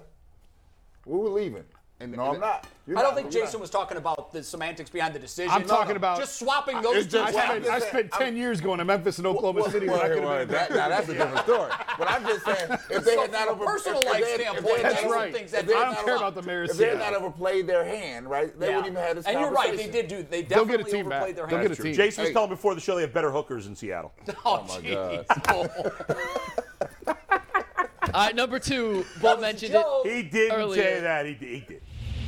H: We were leaving.
F: And-
H: no,
F: and-
H: I'm not. You're
A: I don't
H: not.
A: think
H: You're
A: Jason
H: not.
A: was talking about the semantics behind the decision.
G: I'm talking about-
A: just swapping those
F: It's
A: two.
F: just-
G: I
A: words.
G: spent, I spent 10 years going to Memphis and Oklahoma City when I could have been
H: that, now that's a different story.
A: *laughs*
H: But I'm just saying, if they
A: So
H: had not
A: from a
H: over,
A: personal
H: if they
A: life
H: had- if they
A: standpoint,
H: had
A: that's
H: not over-
A: right.
H: if they had
A: I don't
H: not
G: care
H: over-
G: about the mayor's
H: If they had
G: seat.
H: not overplayed their hand, right, they wouldn't even have this
A: And you're right. They
H: conversation.
A: did do. They
G: They'll get
A: definitely
G: a team back.
A: overplayed their
G: They'll
A: hand.
G: get a team.
C: Jason was telling me before the show they have better hookers in Seattle.
A: *laughs* Oh, jeez. *laughs*
B: All right, number two. Bull mentioned it.
A: Joe.
C: He didn't
B: Earlier.
C: say that. He, did- he did.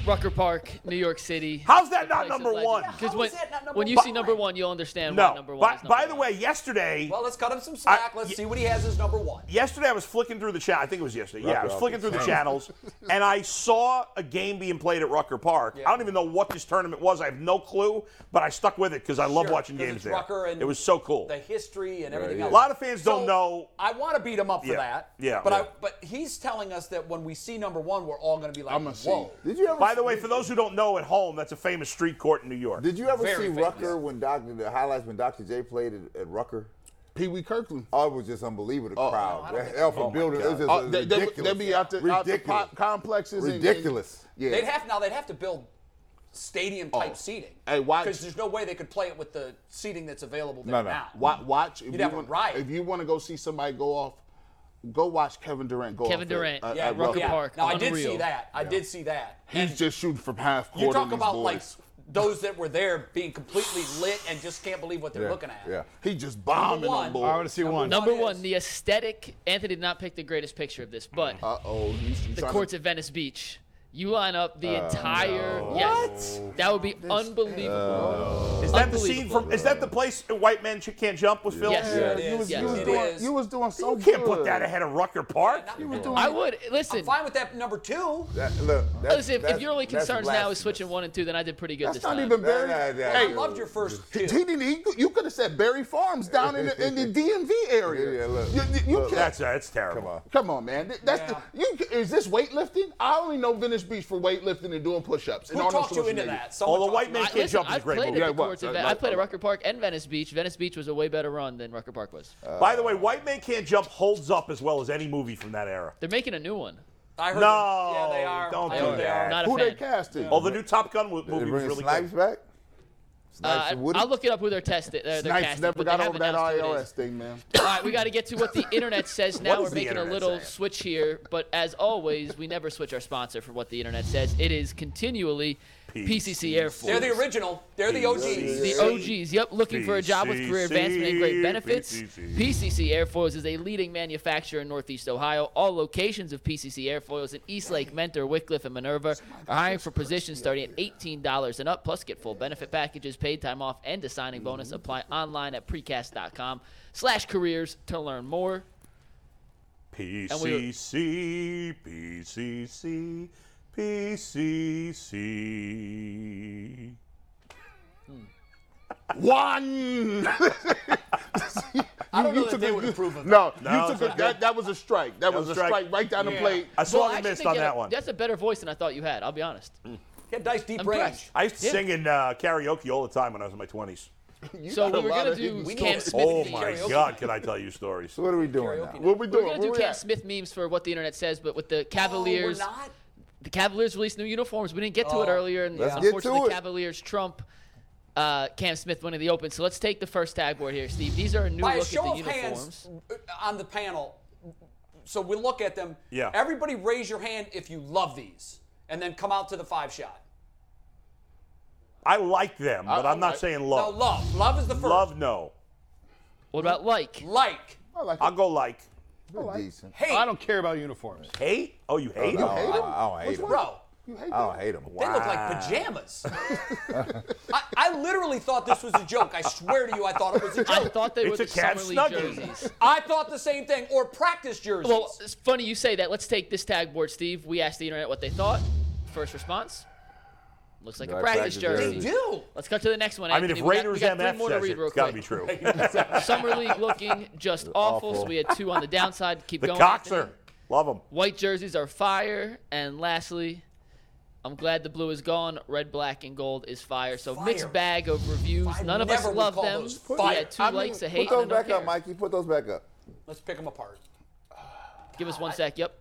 B: Rucker Park, New York City.
C: How's that not
B: Place of
C: number
B: legend.
C: one?
A: Yeah,
B: Because
A: how
B: when,
A: is that not number
B: when you
A: one?
B: see number one, you'll understand why
C: No.
B: number one
C: By,
B: is number
C: by the
B: one.
C: way, yesterday.
A: Well, let's cut him some slack.
C: I-
A: let's
C: y-
A: see what he has as number one.
C: Yesterday, I was flicking through the chat. I think it was yesterday. yeah, I
H: Rucker
C: was
H: Hall
C: flicking
H: is
C: through the
H: fun.
C: channels, and I saw a game being played at Rucker Park. I don't even know what this tournament was. I have no clue, but I stuck with it because I love
A: Sure,
C: watching
A: 'cause
C: games
A: it's
C: there.
A: Rucker and
C: it was so cool.
A: The history and everything
H: yeah.
A: else.
C: A lot of fans
A: So,
C: don't know.
A: I want to beat him up for
C: Yeah,
A: that.
C: yeah,
A: But I
C: yeah.
A: but he's telling us that when we see number one, we're all going to be like,
F: I'm gonna see.
A: whoa.
H: Did you ever?
C: By the way, for those who don't know at home, that's a famous street court in New York.
H: did you ever
A: Very
H: see
A: famous.
H: Rucker when Doctor the highlights when Doctor J played at, at Rucker?
F: Pee Wee Kirkland.
H: Oh, it was just unbelievable. The crowd, the Alpha Building, it was just
F: Oh, they, they,
H: ridiculous.
F: they'd be out the, out the
H: ridiculous.
F: pop complexes. and- and-
H: Ridiculous.
F: yeah.
A: They'd have now. They'd have to build stadium type
C: Oh.
A: seating.
F: Hey, why-
A: Because there's no way they could play it with the seating that's available there
H: No, no.
A: now.
F: Wa- watch. If
A: You'd have a
F: wanna-
A: riot.
F: If you want to go see somebody go off, go watch Kevin Durant go
B: Kevin
F: off.
C: Uh,
B: Durant.
F: At,
B: Yeah,
F: at
B: Rucker
F: Rucker
A: Yeah.
B: Park,
A: Now I did see
B: unreal.
A: that. I did see that.
F: He's just shooting from half court.
A: You talk
F: on these
A: about like
F: boys.
A: those that were there being completely lit and just can't believe what they're
H: Yeah,
A: looking at.
H: yeah.
F: he just bombing
A: one.
F: on boys.
G: I want to see one.
B: Number
A: One
B: one,
A: is-
B: the aesthetic. Anthony did not pick the greatest picture of this, but
C: Uh-huh.
F: Uh oh, he's, he's
B: the
F: trying
B: courts
F: to,
B: at Venice Beach. You line up the entire. Yes, what? That would be unbelievable.
C: is that the scene
B: Unbelievable.
C: from? Is that the place White Man Ch- Can't Jump was filmed?
B: Yes. Yeah.
A: It
F: Oh, you
A: is.
F: was,
B: Yes,
F: you was
A: it
F: doing,
A: is.
F: you was doing so
C: You can't
F: good.
C: put that ahead of Rucker Park.
A: Not-
B: I would listen.
A: Fine with that number two.
H: That- look, that's-
B: Listen, if- if
H: that's-
B: your only
H: that's
B: concerns now is
H: blasphemous.
B: switching one and two, then I did pretty good
F: That's
B: this
F: not
B: time.
F: even
H: Nah,
F: Barry.
H: nah, nah,
F: hey,
A: I loved your first
F: He,
A: two.
F: didn't- he- you could have said Barry Farms down in the,
A: *laughs*
F: in the DMV area.
H: Yeah, look.
F: You, you- you
H: Look,
F: can't-
C: That's that's terrible.
H: Come on.
F: Come on, man. Th- That's
A: Yeah.
F: the, you. Is this weightlifting? I only know Venice this beach for weightlifting and doing push-ups. and
A: Who
F: Arnold
A: talked you into
F: Schwarzenegger.
A: that?
C: All
A: Someone
C: the
A: talked
C: white
A: you
C: man
A: into that.
B: I,
C: can't
B: listen,
C: jump is a
B: I've
C: great
B: played
C: movie.
B: at the
F: Yeah,
B: Coors
F: what? Right,
B: event.
F: right,
B: I played at
F: right.
B: Rucker Park and Venice Beach. Venice Beach was a way better run than Rucker Park was.
F: Uh,
C: By the way, White Man Can't Jump holds up as well as any movie from that era.
B: They're making a new one.
A: I heard
C: No,
A: them. Yeah, they are.
C: don't
A: I
C: do
A: heard they
C: that.
A: are.
B: Not a
F: Who
B: fan.
F: they casting?
C: Oh, the new Top Gun w-
H: Did
C: movie
H: they
C: was
H: bring
C: really
H: Snipes
C: good.
H: back?
B: Uh,
H: Snipes and Woody?
B: I'll look it up who they're tested. They're, they're
F: Snipes
B: casting,
F: never
B: but they
F: got over
B: haven't
F: that
B: announced who it is.
F: IRS
B: *laughs*
F: thing, man.
B: All right, we got to get to what the internet says now.
C: What
B: We're
C: is the
B: making a
C: internet
B: little
C: saying?
B: switch here, but as always, we never switch our sponsor for what the internet says. It is continually PCC Air Force.
A: They're the original. They're the OGs.
B: The OGs, yep, looking for a job with career advancement and great benefits. PCC Airfoils is a leading manufacturer in Northeast Ohio. All locations of PCC Airfoils in Eastlake, Mentor, Wickliffe, and Minerva are hiring for positions starting at $18 and up, plus get full benefit packages, paid time off, and a signing bonus. Apply online at precast.com slash careers to learn more. And we were-
C: PCC, PCC, PCC.
F: *laughs* One.
A: I don't
F: You
A: know that
F: took
A: they
F: a-
A: would
F: you-
A: approve of that.
F: No,
C: No,
F: you
C: it's not
F: took a,
C: good.
F: that. That was a strike. That, was,
C: was a
F: a
C: strike.
F: strike, right down the plate.
C: I
B: Well,
C: saw
B: I
C: you
B: actually
C: missed
B: think
C: on
B: you had
C: that
B: a-
C: one.
B: That's a better voice than I thought you had, I'll be honest.
A: He had nice deep
B: Impressed.
A: range.
C: I used to
B: Yeah.
C: sing in uh, karaoke all the time when I was in my 20s.
F: You
B: So
F: got a
B: we were
F: lot
B: going to
F: of hidden
B: do
F: stories.
B: Cam Smith
C: Oh
B: memes.
C: my God, can I tell you stories?
H: So what are we doing now?
F: What we
B: We We're going
F: doing? Where
B: to do
F: we
B: Cam
F: at?
B: Smith memes for what the internet says, but with the
A: Oh, we're
B: Cavaliers.
A: not?
B: the Cavaliers released new uniforms. We didn't get to it
A: Oh,
B: earlier, and
H: Let's get to
B: unfortunately,
H: it.
B: Cavaliers trump uh, Cam Smith winning the Open. So let's take the first tag board here, Steve. These are a new
A: By a
B: look
A: show
B: at
A: of
B: the uniforms.
A: hands uh, on the panel, so we look at them.
C: Yeah.
A: Everybody raise your hand if you love these, and then come out to the five shot.
C: I like them, but
F: I-
C: I'm not
F: I-
C: saying
A: No,
C: love.
A: love. Love is the first.
C: Love, no.
B: What about like?
A: Like.
C: I'll go like
H: They're decent.
A: Hate.
G: I don't care about uniforms.
C: hate. Oh, you hate
H: Uh, No,
C: them?
H: I, I don't hate them.
A: Bro,
H: I don't hate them.
A: they look like
C: *laughs*
A: pajamas. I, I literally thought this was a joke. I swear to you, I thought it was a
B: I
C: *laughs*
A: joke.
B: thought they
C: It's
B: were the
C: a Cavs
B: summer league
C: Snuggie.
B: jerseys.
A: I thought the same thing, or practice jerseys.
B: Well, it's funny you say that. Let's take this tag board, Steve. We asked the internet what they thought. First response. Looks like a
H: Right,
B: practice
H: practice
B: jersey.
A: they do.
B: Let's cut to the next one.
C: I mean,
B: Anthony.
C: if
B: We got- we
C: Raiders
B: got three
C: MF
B: more to
C: says
B: read
C: it,
B: real
C: it's got to
B: quick.
C: be true.
B: Summer league
C: *laughs*
B: looking just awful. So we had two on the downside. Keep
C: The
B: going.
C: Coxer.
B: Anthony.
C: Love them.
B: White jerseys are fire. And lastly, I'm glad the blue is gone. Red, black, and gold is fire. So
A: Fire.
B: mixed bag of reviews.
A: I
B: None of us
A: never would
B: love
A: call
B: them.
A: those
B: We
A: fire.
B: had two
H: I mean,
B: likes, a hate,
H: Put those
B: and I don't
H: back up,
B: care.
H: Mikey. Put those back up.
A: Let's pick them apart.
B: Give us one sec. Yep.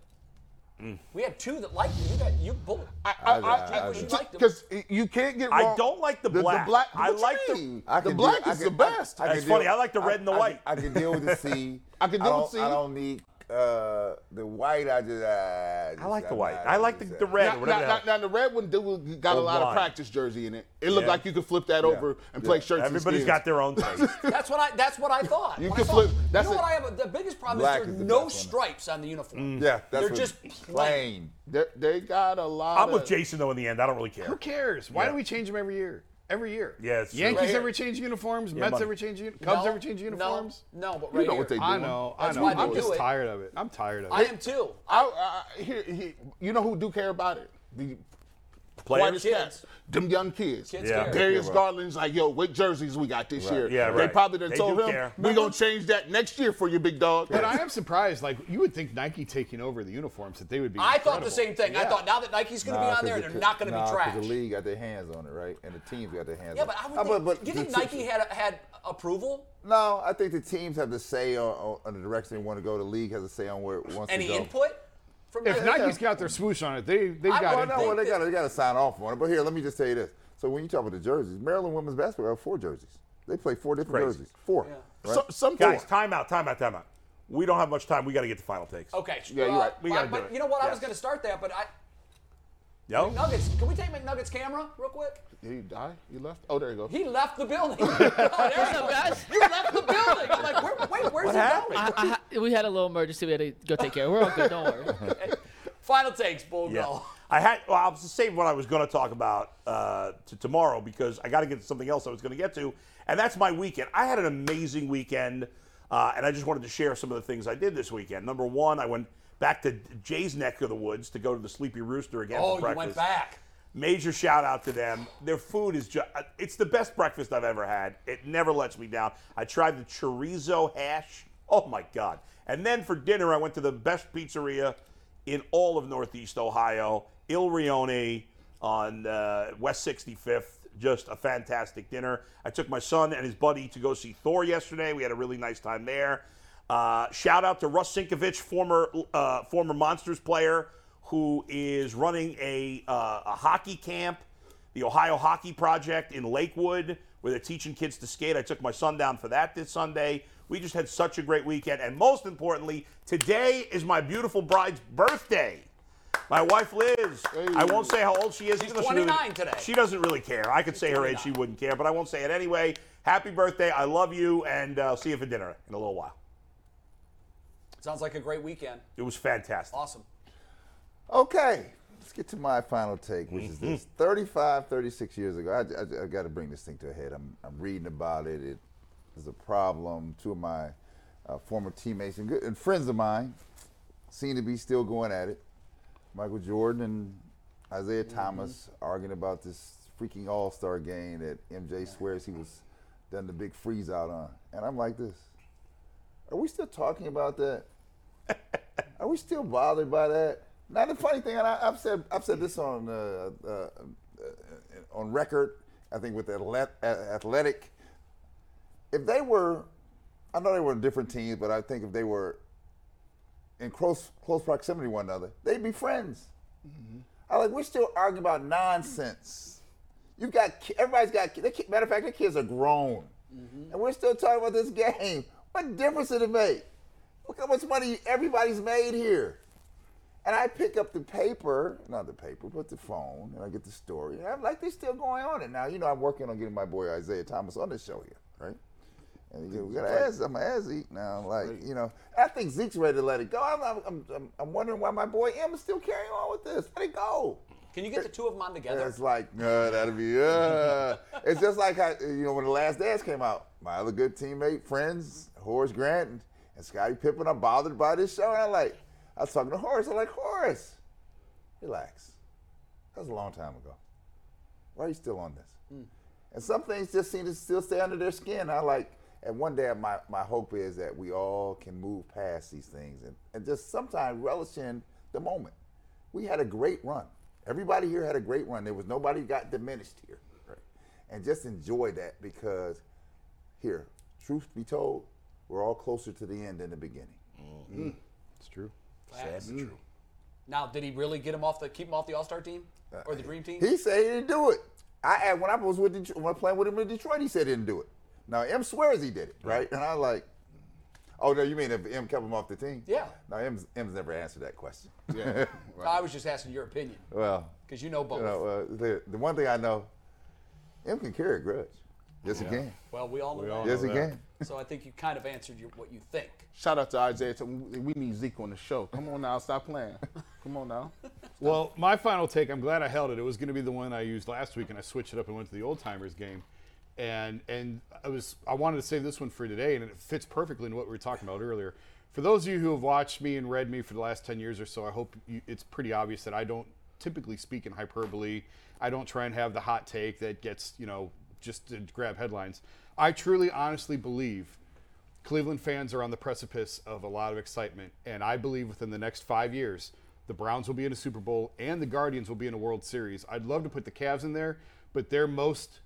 A: We had two that liked you. You got you bullet.
H: I-
A: you
H: I-
A: liked them.
F: Because you can't get wrong.
C: I don't like the
F: The- the
C: black.
F: black-
C: I
F: what you
C: like the.
F: mean?
H: I
F: The
H: can
F: black
H: I
F: is the best.
H: I, I
C: That's
H: can
C: funny. I like the red and the
H: I-
C: white.
H: I, can deal with the C.
F: I can deal
H: don't-
F: with C.
H: I don't need uh, the white. I just, I, just
C: I like the
H: I'm
C: white.
H: not-
C: I like the, the red
F: Now,
C: or
F: now,
C: whatever. the
F: now,
C: hell.
F: now the red one do- got a
C: Or
F: lot
C: wine.
F: of practice jersey in it. It looked
C: Yeah.
F: like you could flip that over and play
H: Yeah.
F: shirts.
C: Everybody's
F: and
C: got their own taste.
A: That's what I. That's what I thought.
F: You
A: When
F: can
A: I saw-
F: flip- that's
A: you know
F: a-
A: what I have? The biggest problem
H: Black
A: is there's
H: is the
A: no
H: best one.
A: stripes on the uniform.
H: yeah, that's
A: They're
H: what-
A: just plain.
H: plain.
F: their. They got a lot.
C: I'm with
F: of-
C: Jason though. In the end, I don't really care.
G: Who cares? Why
C: Yeah.
G: do we change them every year? Every year.
C: Yeah, it's true.
G: Yankees
C: Right here.
G: ever change uniforms? Mets
C: money.
G: ever change uni- Cubs
A: No,
G: ever change
A: no,
G: uniforms?
A: No, but right
F: You know what
A: here.
F: they do.
G: I know. I
A: That's
G: know.
A: why they
G: I'm
A: do
G: just
A: it.
G: tired of it. I'm tired of it.
A: I am too.
F: I, I, here, here- you know who do care about it? The
C: Players.
A: Kids.
F: cats. Them young kids.
A: Kids
C: Yeah.
A: care.
F: Darius Garland's like, yo, what jerseys we got this year?
C: Yeah,
F: They
C: right.
F: probably done
C: They
F: told
C: do
F: him
C: care.
F: we gonna change that next year for you, big dog.
G: But I am surprised. Like you would think Nike taking over the uniforms that they would be.
A: I thought the
G: incredible.
A: same thing. I
G: Yeah.
A: thought now that Nike's going to be on there, they're not going to be trash.
H: The league got their hands on it, right? And the teams got their hands.
A: Yeah,
H: on
A: but
H: it.
A: I would
H: Uh,
A: think, do you
H: the
A: think
H: te-
A: Nike had had approval?
H: No, I think the teams have to say on, on, on the direction they want to go. The league has to say on where it wants
A: Any
H: to go.
A: input from
G: If Nike's got their swoosh on it, they they've
A: I
G: got
H: Well,
G: it.
A: wanna-
H: no, well, they
A: that-
H: got they got to sign off on it. But here, let me just tell you this. So when you talk about the jerseys, Maryland women's basketball have four jerseys. They play four different
C: Crazy.
H: jerseys. Four. Right?
F: So- some
C: Guys,
F: four.
C: timeout, timeout, timeout. We don't have much time. We got to get to final takes.
A: Okay. Uh,
F: Yeah, you're right.
C: We
A: but-
C: gotta do
A: but
C: it.
A: you know what? I was
C: Yes. Oh.
A: going to start that, but I
C: Yo.
A: Nuggets. Can we take McNuggets' camera real quick?
F: Did he die? He left? Oh, there you go.
A: He left the building. *laughs* oh, there you
B: up,
A: go.
B: guys?
A: You left the building. I'm like, where, wait, where's
C: What
A: he
C: happened?
A: going?
B: *laughs* I, I, we had a little emergency. We had to go take care of. it. We're all good. Don't worry.
A: Final takes, Bull.
C: Yeah.
A: Go.
C: I had. Well, I was to save what I was going to talk about uh, to tomorrow because I got to get to something else I was going to get to, and that's my weekend. I had an amazing weekend, uh, and I just wanted to share some of the things I did this weekend. Number one, I went back to Jay's neck of the woods to go to the Sleepy Rooster again.
A: Oh,
C: for
A: you
C: breakfast.
A: went back.
C: Major shout out to them. Their food is just, it's the best breakfast I've ever had. It never lets me down. I tried the chorizo hash. Oh my God. And then for dinner, I went to the best pizzeria in all of Northeast Ohio. Il Rione on uh, West 65th. Just a fantastic dinner. I took my son and his buddy to go see Thor yesterday. We had a really nice time there. Uh, shout out to Russ Sinkovich, former uh, former Monsters player, who is running a, uh, a hockey camp, the Ohio Hockey Project in Lakewood, where they're teaching kids to skate. I took my son down for that this Sunday. We just had such a great weekend. And most importantly, today is my beautiful bride's birthday. My wife Liz. I won't say how old she is. even though she really-
A: 29 today.
C: She doesn't really care. I could say her age. She wouldn't care, but I won't say it anyway. Happy birthday. I love you, and uh, see you for dinner in a little while.
A: Sounds like a great weekend.
C: It was fantastic.
A: Awesome.
H: Okay, let's get to my final take, which is this. 35, 36 years ago, I, I, got to bring this thing to a head. I'm, I'm reading about it. It is a problem. Two of my uh, former teammates and, good, and friends of mine seem to be still going at it. Michael Jordan and Isaiah Thomas arguing about this freaking All Star game that MJ swears he was done the big freeze out on. And I'm like, this. Are we still talking about that? Are we still bothered by that? Now the funny thing, and I, I've said I've said this on uh, uh, uh, on record. I think with atlet- a- athletic, if they were, I know they were different teams, but I think if they were in close close proximity to one another, they'd be friends. I like we're still arguing about nonsense. You've got ki- everybody's got. ki- Their, ki- matter of fact, their kids are grown, and we're still talking about this game. What difference did it make? Look how much money everybody's made here. And I pick up the paper, not the paper, but the phone, and I get the story. And I'm like, they're still going on it now. You know, I'm working on getting my boy Isaiah Thomas on this show here, right? And you know, we got to ask, I'm gonna ask Zeke now. Like, you know, I think Zeke's ready to let it go. I'm, I'm, I'm, I'm wondering why my boy M is still carrying on with this. Let it go.
A: Can you get the two of them on
H: And
A: together?
H: it's like, uh, that'll be, uh. it's just like, how, you know, when The Last Dance came out, my other good teammate, friends, Horace Grant and, and Scottie Pippen are bothered by this show. And I like, I was talking to Horace. I'm like, Horace, relax. That was a long time ago. Why are you still on this? And some things just seem to still stay under their skin. I like, and one day my, my hope is that we all can move past these things and, and just sometimes relish in the moment. We had a great run. Everybody here had a great run. There was nobody got diminished here. Right? And just enjoy that because here, truth be told, we're all closer to the end than the beginning.
G: It's true.
A: That's true. Mm. Now, did he really get him off the keep him off the All Star team or the Dream Team?
H: He said he didn't do it. I asked- when I was with Detroit, when I playing with him in Detroit, he said he didn't do it. Now M swears he did it, right? And I like, oh no, you mean if M kept him off the team?
A: Yeah.
H: No, M's, M's never answered that question. *laughs*
A: I was just asking your opinion
H: Well,
A: because you know both.
H: you know, uh, the the one thing I know, M can carry a grudge. Yes, he can.
A: well, we all know. that.
H: Yes, he can.
A: So I think you kind of answered your, what you think.
F: Shout out to Isaiah. Thomas. We need Zeke on the show. Come on now, stop playing. Come on now.
G: Well, my final take, I'm glad I held it. It was going to be the one I used last week, and I switched it up and went to the old timers game. And and I was I wanted to save this one for today, and it fits perfectly into what we were talking about earlier. For those of you who have watched me and read me for the last 10 years or so, I hope you, it's pretty obvious that I don't typically speak in hyperbole. I don't try and have the hot take that gets, you know, just to grab headlines. I truly, honestly believe Cleveland fans are on the precipice of a lot of excitement, and I believe within the next five years, the Browns will be in a Super Bowl and the Guardians will be in a World Series. I'd love to put the Cavs in there, but their most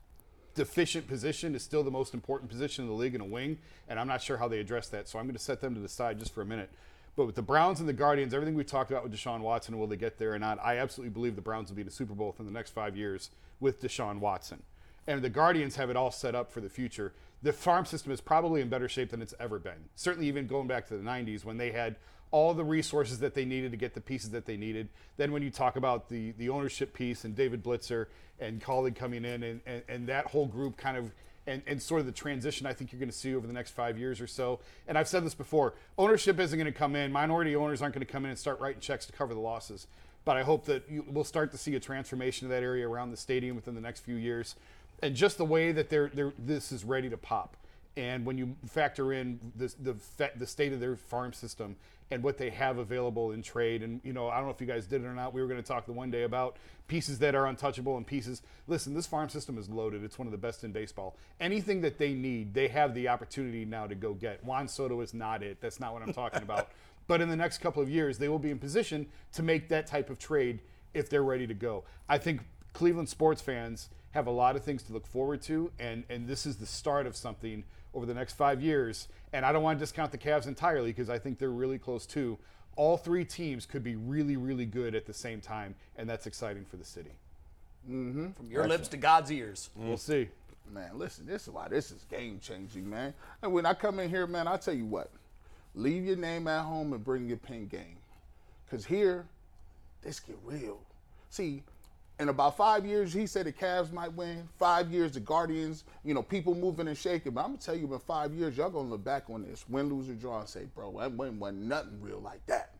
G: deficient position is still the most important position in the league in a wing, and I'm not sure how they address that. So I'm going to set them to the side just for a minute. But with the Browns and the Guardians, everything we talked about with Deshaun Watson, will they get there or not? I absolutely believe the Browns will be in a Super Bowl within the next five years with Deshaun Watson and the Guardians have it all set up for the future. The farm system is probably in better shape than it's ever been. Certainly, even going back to the 90s when they had all the resources that they needed to get the pieces that they needed. Then, when you talk about the, the ownership piece and David Blitzer and Colleague coming in and, and, and that whole group kind of and, and sort of the transition I think you're going to see over the next five years or so. And I've said this before ownership isn't going to come in, minority owners aren't going to come in and start writing checks to cover the losses. But I hope that you, we'll start to see a transformation of that area around the stadium within the next few years and just the way that they're, they're this is ready to pop. And when you factor in the the, fa- the state of their farm system and what they have available in trade, and you know, I don't know if you guys did it or not. We were going to talk the one day about pieces that are untouchable and pieces. Listen, this farm system is loaded. It's one of the best in baseball. Anything that they need, they have the opportunity now to go get. Juan Soto is not it. That's not what I'm talking about. But in the next couple of years, they will be in position to make that type of trade if they're ready to go. I think Cleveland sports fans have a lot of things to look forward to, and, and this is the start of something over the next five years. And I don't want to discount the Cavs entirely because I think they're really close too. All three teams could be really, really good at the same time, and that's exciting for the city.
A: From your lips to God's ears.
G: We'll see.
F: Man, listen, this is why this is game changing, man. And when I come in here, man, I tell you what, leave your name at home and bring your pen game. Cause here, this get real. See, in about five years, he said the Cavs might win. Five years, the Guardians, you know, people moving and shaking. But I'm gonna tell you, in five years, y'all gonna look back on this, win, lose, or draw, and say, bro, that wasn't, wasn't nothing real like that.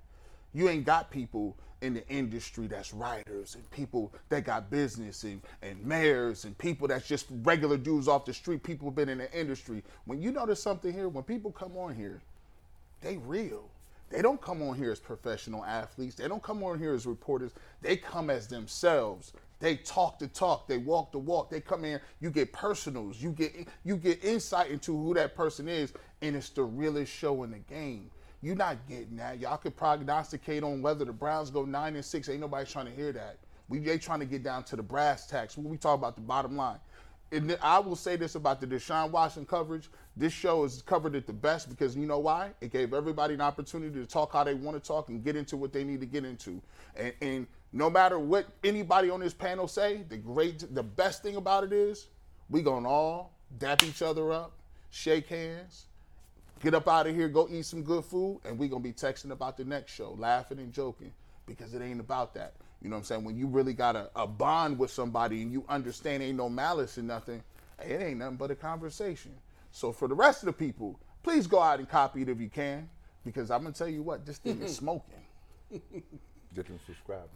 F: You ain't got people in the industry that's writers and people that got business and, and mayors and people that's just regular dudes off the street, people been in the industry. When you notice something here, when people come on here, they real. They don't come on here as professional athletes. They don't come on here as reporters. They come as themselves. They talk the talk. They walk the walk. They come in. You get personals. You get you get insight into who that person is, and it's the realest show in the game. You're not getting that. Y'all could prognosticate on whether the Browns go nine and six. Ain't nobody trying to hear that. We they trying to get down to the brass tacks. When we talk about the bottom line, and th- I will say this about the Deshaun Watson coverage. This show is covered it the best because you know why? It gave everybody an opportunity to talk how they want to talk and get into what they need to get into. And, and no matter what anybody on this panel say, the great, the best thing about it is we gonna all dap each other up, shake hands, get up out of here, go eat some good food, and we gonna be texting about the next show, laughing and joking, because it ain't about that. You know what I'm saying? When you really got a, a bond with somebody and you understand ain't no malice and nothing, it ain't nothing but a conversation. So for the rest of the people, please go out and copy it if you can, because I'm gonna tell you what,
B: *laughs*
F: this thing is smoking.
H: Get them subscribers.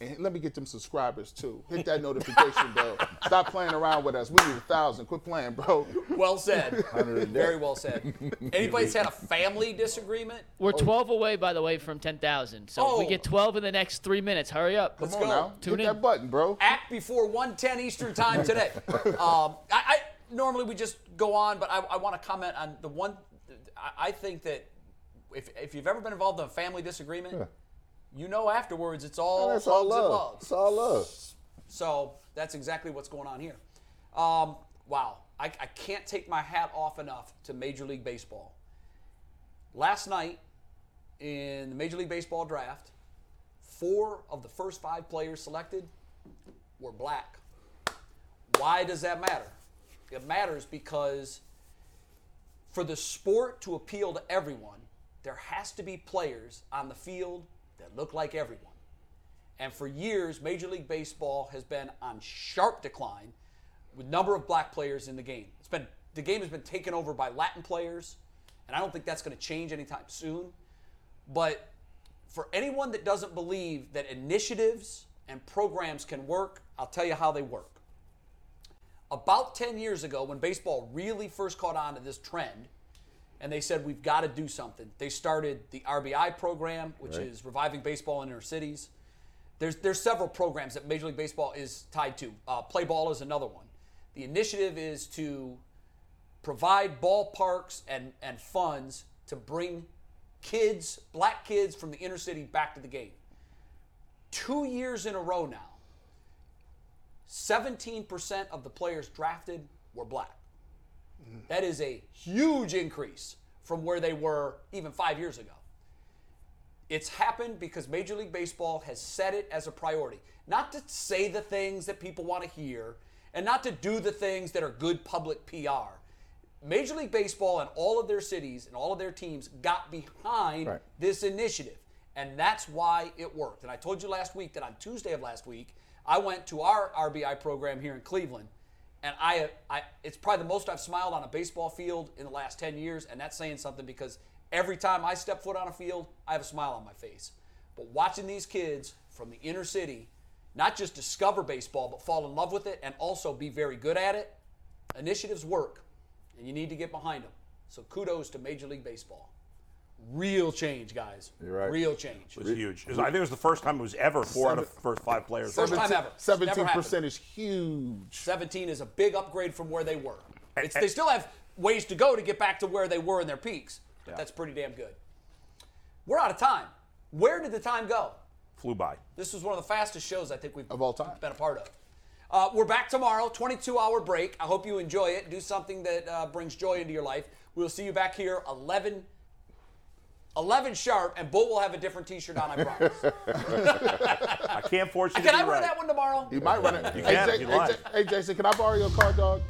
F: And let me get them subscribers too. Hit that notification bell. Stop playing around with us. We need a thousand. Quit playing, bro.
A: Well said. Very well said. Anybody's had a family disagreement?
B: We're 12 away, by the way, from 10,000. So if
A: Oh.
B: we get 12 in the next three minutes, hurry up.
F: Come on now.
B: Tune in.
F: Hit that button, bro.
A: Act before 110 Eastern time today. Um, I, I normally we just go on, but I, I want to comment on the one. I, I think that if, if you've ever been involved in a family disagreement, you know afterwards it's all
I: That's all
A: hugs and
I: love.
A: hugs.
I: It's all love.
A: So that's exactly what's going on here. Um, wow. I, I can't take my hat off enough to Major League Baseball. Last night in the Major League Baseball draft, four of the first five players selected were black. Why does that matter? It matters because for the sport to appeal to everyone, there has to be players on the field that look like everyone. And for years, Major League Baseball has been on sharp decline with number of black players in the game. It's been the game has been taken over by Latin players, and I don't think that's going to change anytime soon. But for anyone that doesn't believe that initiatives and programs can work, I'll tell you how they work. About 10 years ago, when baseball really first caught on to this trend, and they said we've got to do something. They started the RBI program, which is reviving baseball in inner cities. There's there's several programs that Major League Baseball is tied to. Uh, play ball is another one. The initiative is to provide ballparks and and funds to bring kids, black kids from the inner city, back to the game. Two years in a row now, 17% of the players drafted were black. That is a huge increase from where they were even five years ago. It's happened because Major League Baseball has set it as a priority. Not to say the things that people want to hear and not to do the things that are good public PR. Major League Baseball and all of their cities and all of their teams got behind this initiative. And that's why it worked. And I told you last week that on Tuesday of last week, I went to our RBI program here in Cleveland and I, I, it's probably the most I've smiled on a baseball field in the last 10 years, and that's saying something because every time I step foot on a field, I have a smile on my face. But watching these kids from the inner city not just discover baseball, but fall in love with it and also be very good at it, initiatives work, and you need to get behind them. So kudos to Major League Baseball. Real change, guys. You're
H: right.
A: Real change.
C: It was huge. It was- I think it was the first time it was ever four out of the first five players.
A: First time ever. It's never
F: Seventeen
A: happened.
F: percent is huge.
A: 17 is a big upgrade from where they were. It's, they still have ways to go to get back to where they were in their peaks, but that's pretty damn good. We're out of time. Where did the time go?
C: Flew by.
A: This was one of the fastest shows I think we've
F: Of all time.
A: been a part of. Uh, we're back tomorrow, 22 hour break. I hope you enjoy it. Do something that uh, brings joy into your life. We'll see you back here 11, 11 sharp, and Bull will have a different t shirt on, I
F: *laughs*
A: promise.
C: I can't force you
A: Can
C: to
A: I
C: be
A: wear
C: right.
A: that one tomorrow?
F: You might run it.
C: can if
F: hey,
C: you
F: Ja- hey,
C: like.
F: Ja- hey, Jason, can I borrow your car, dog?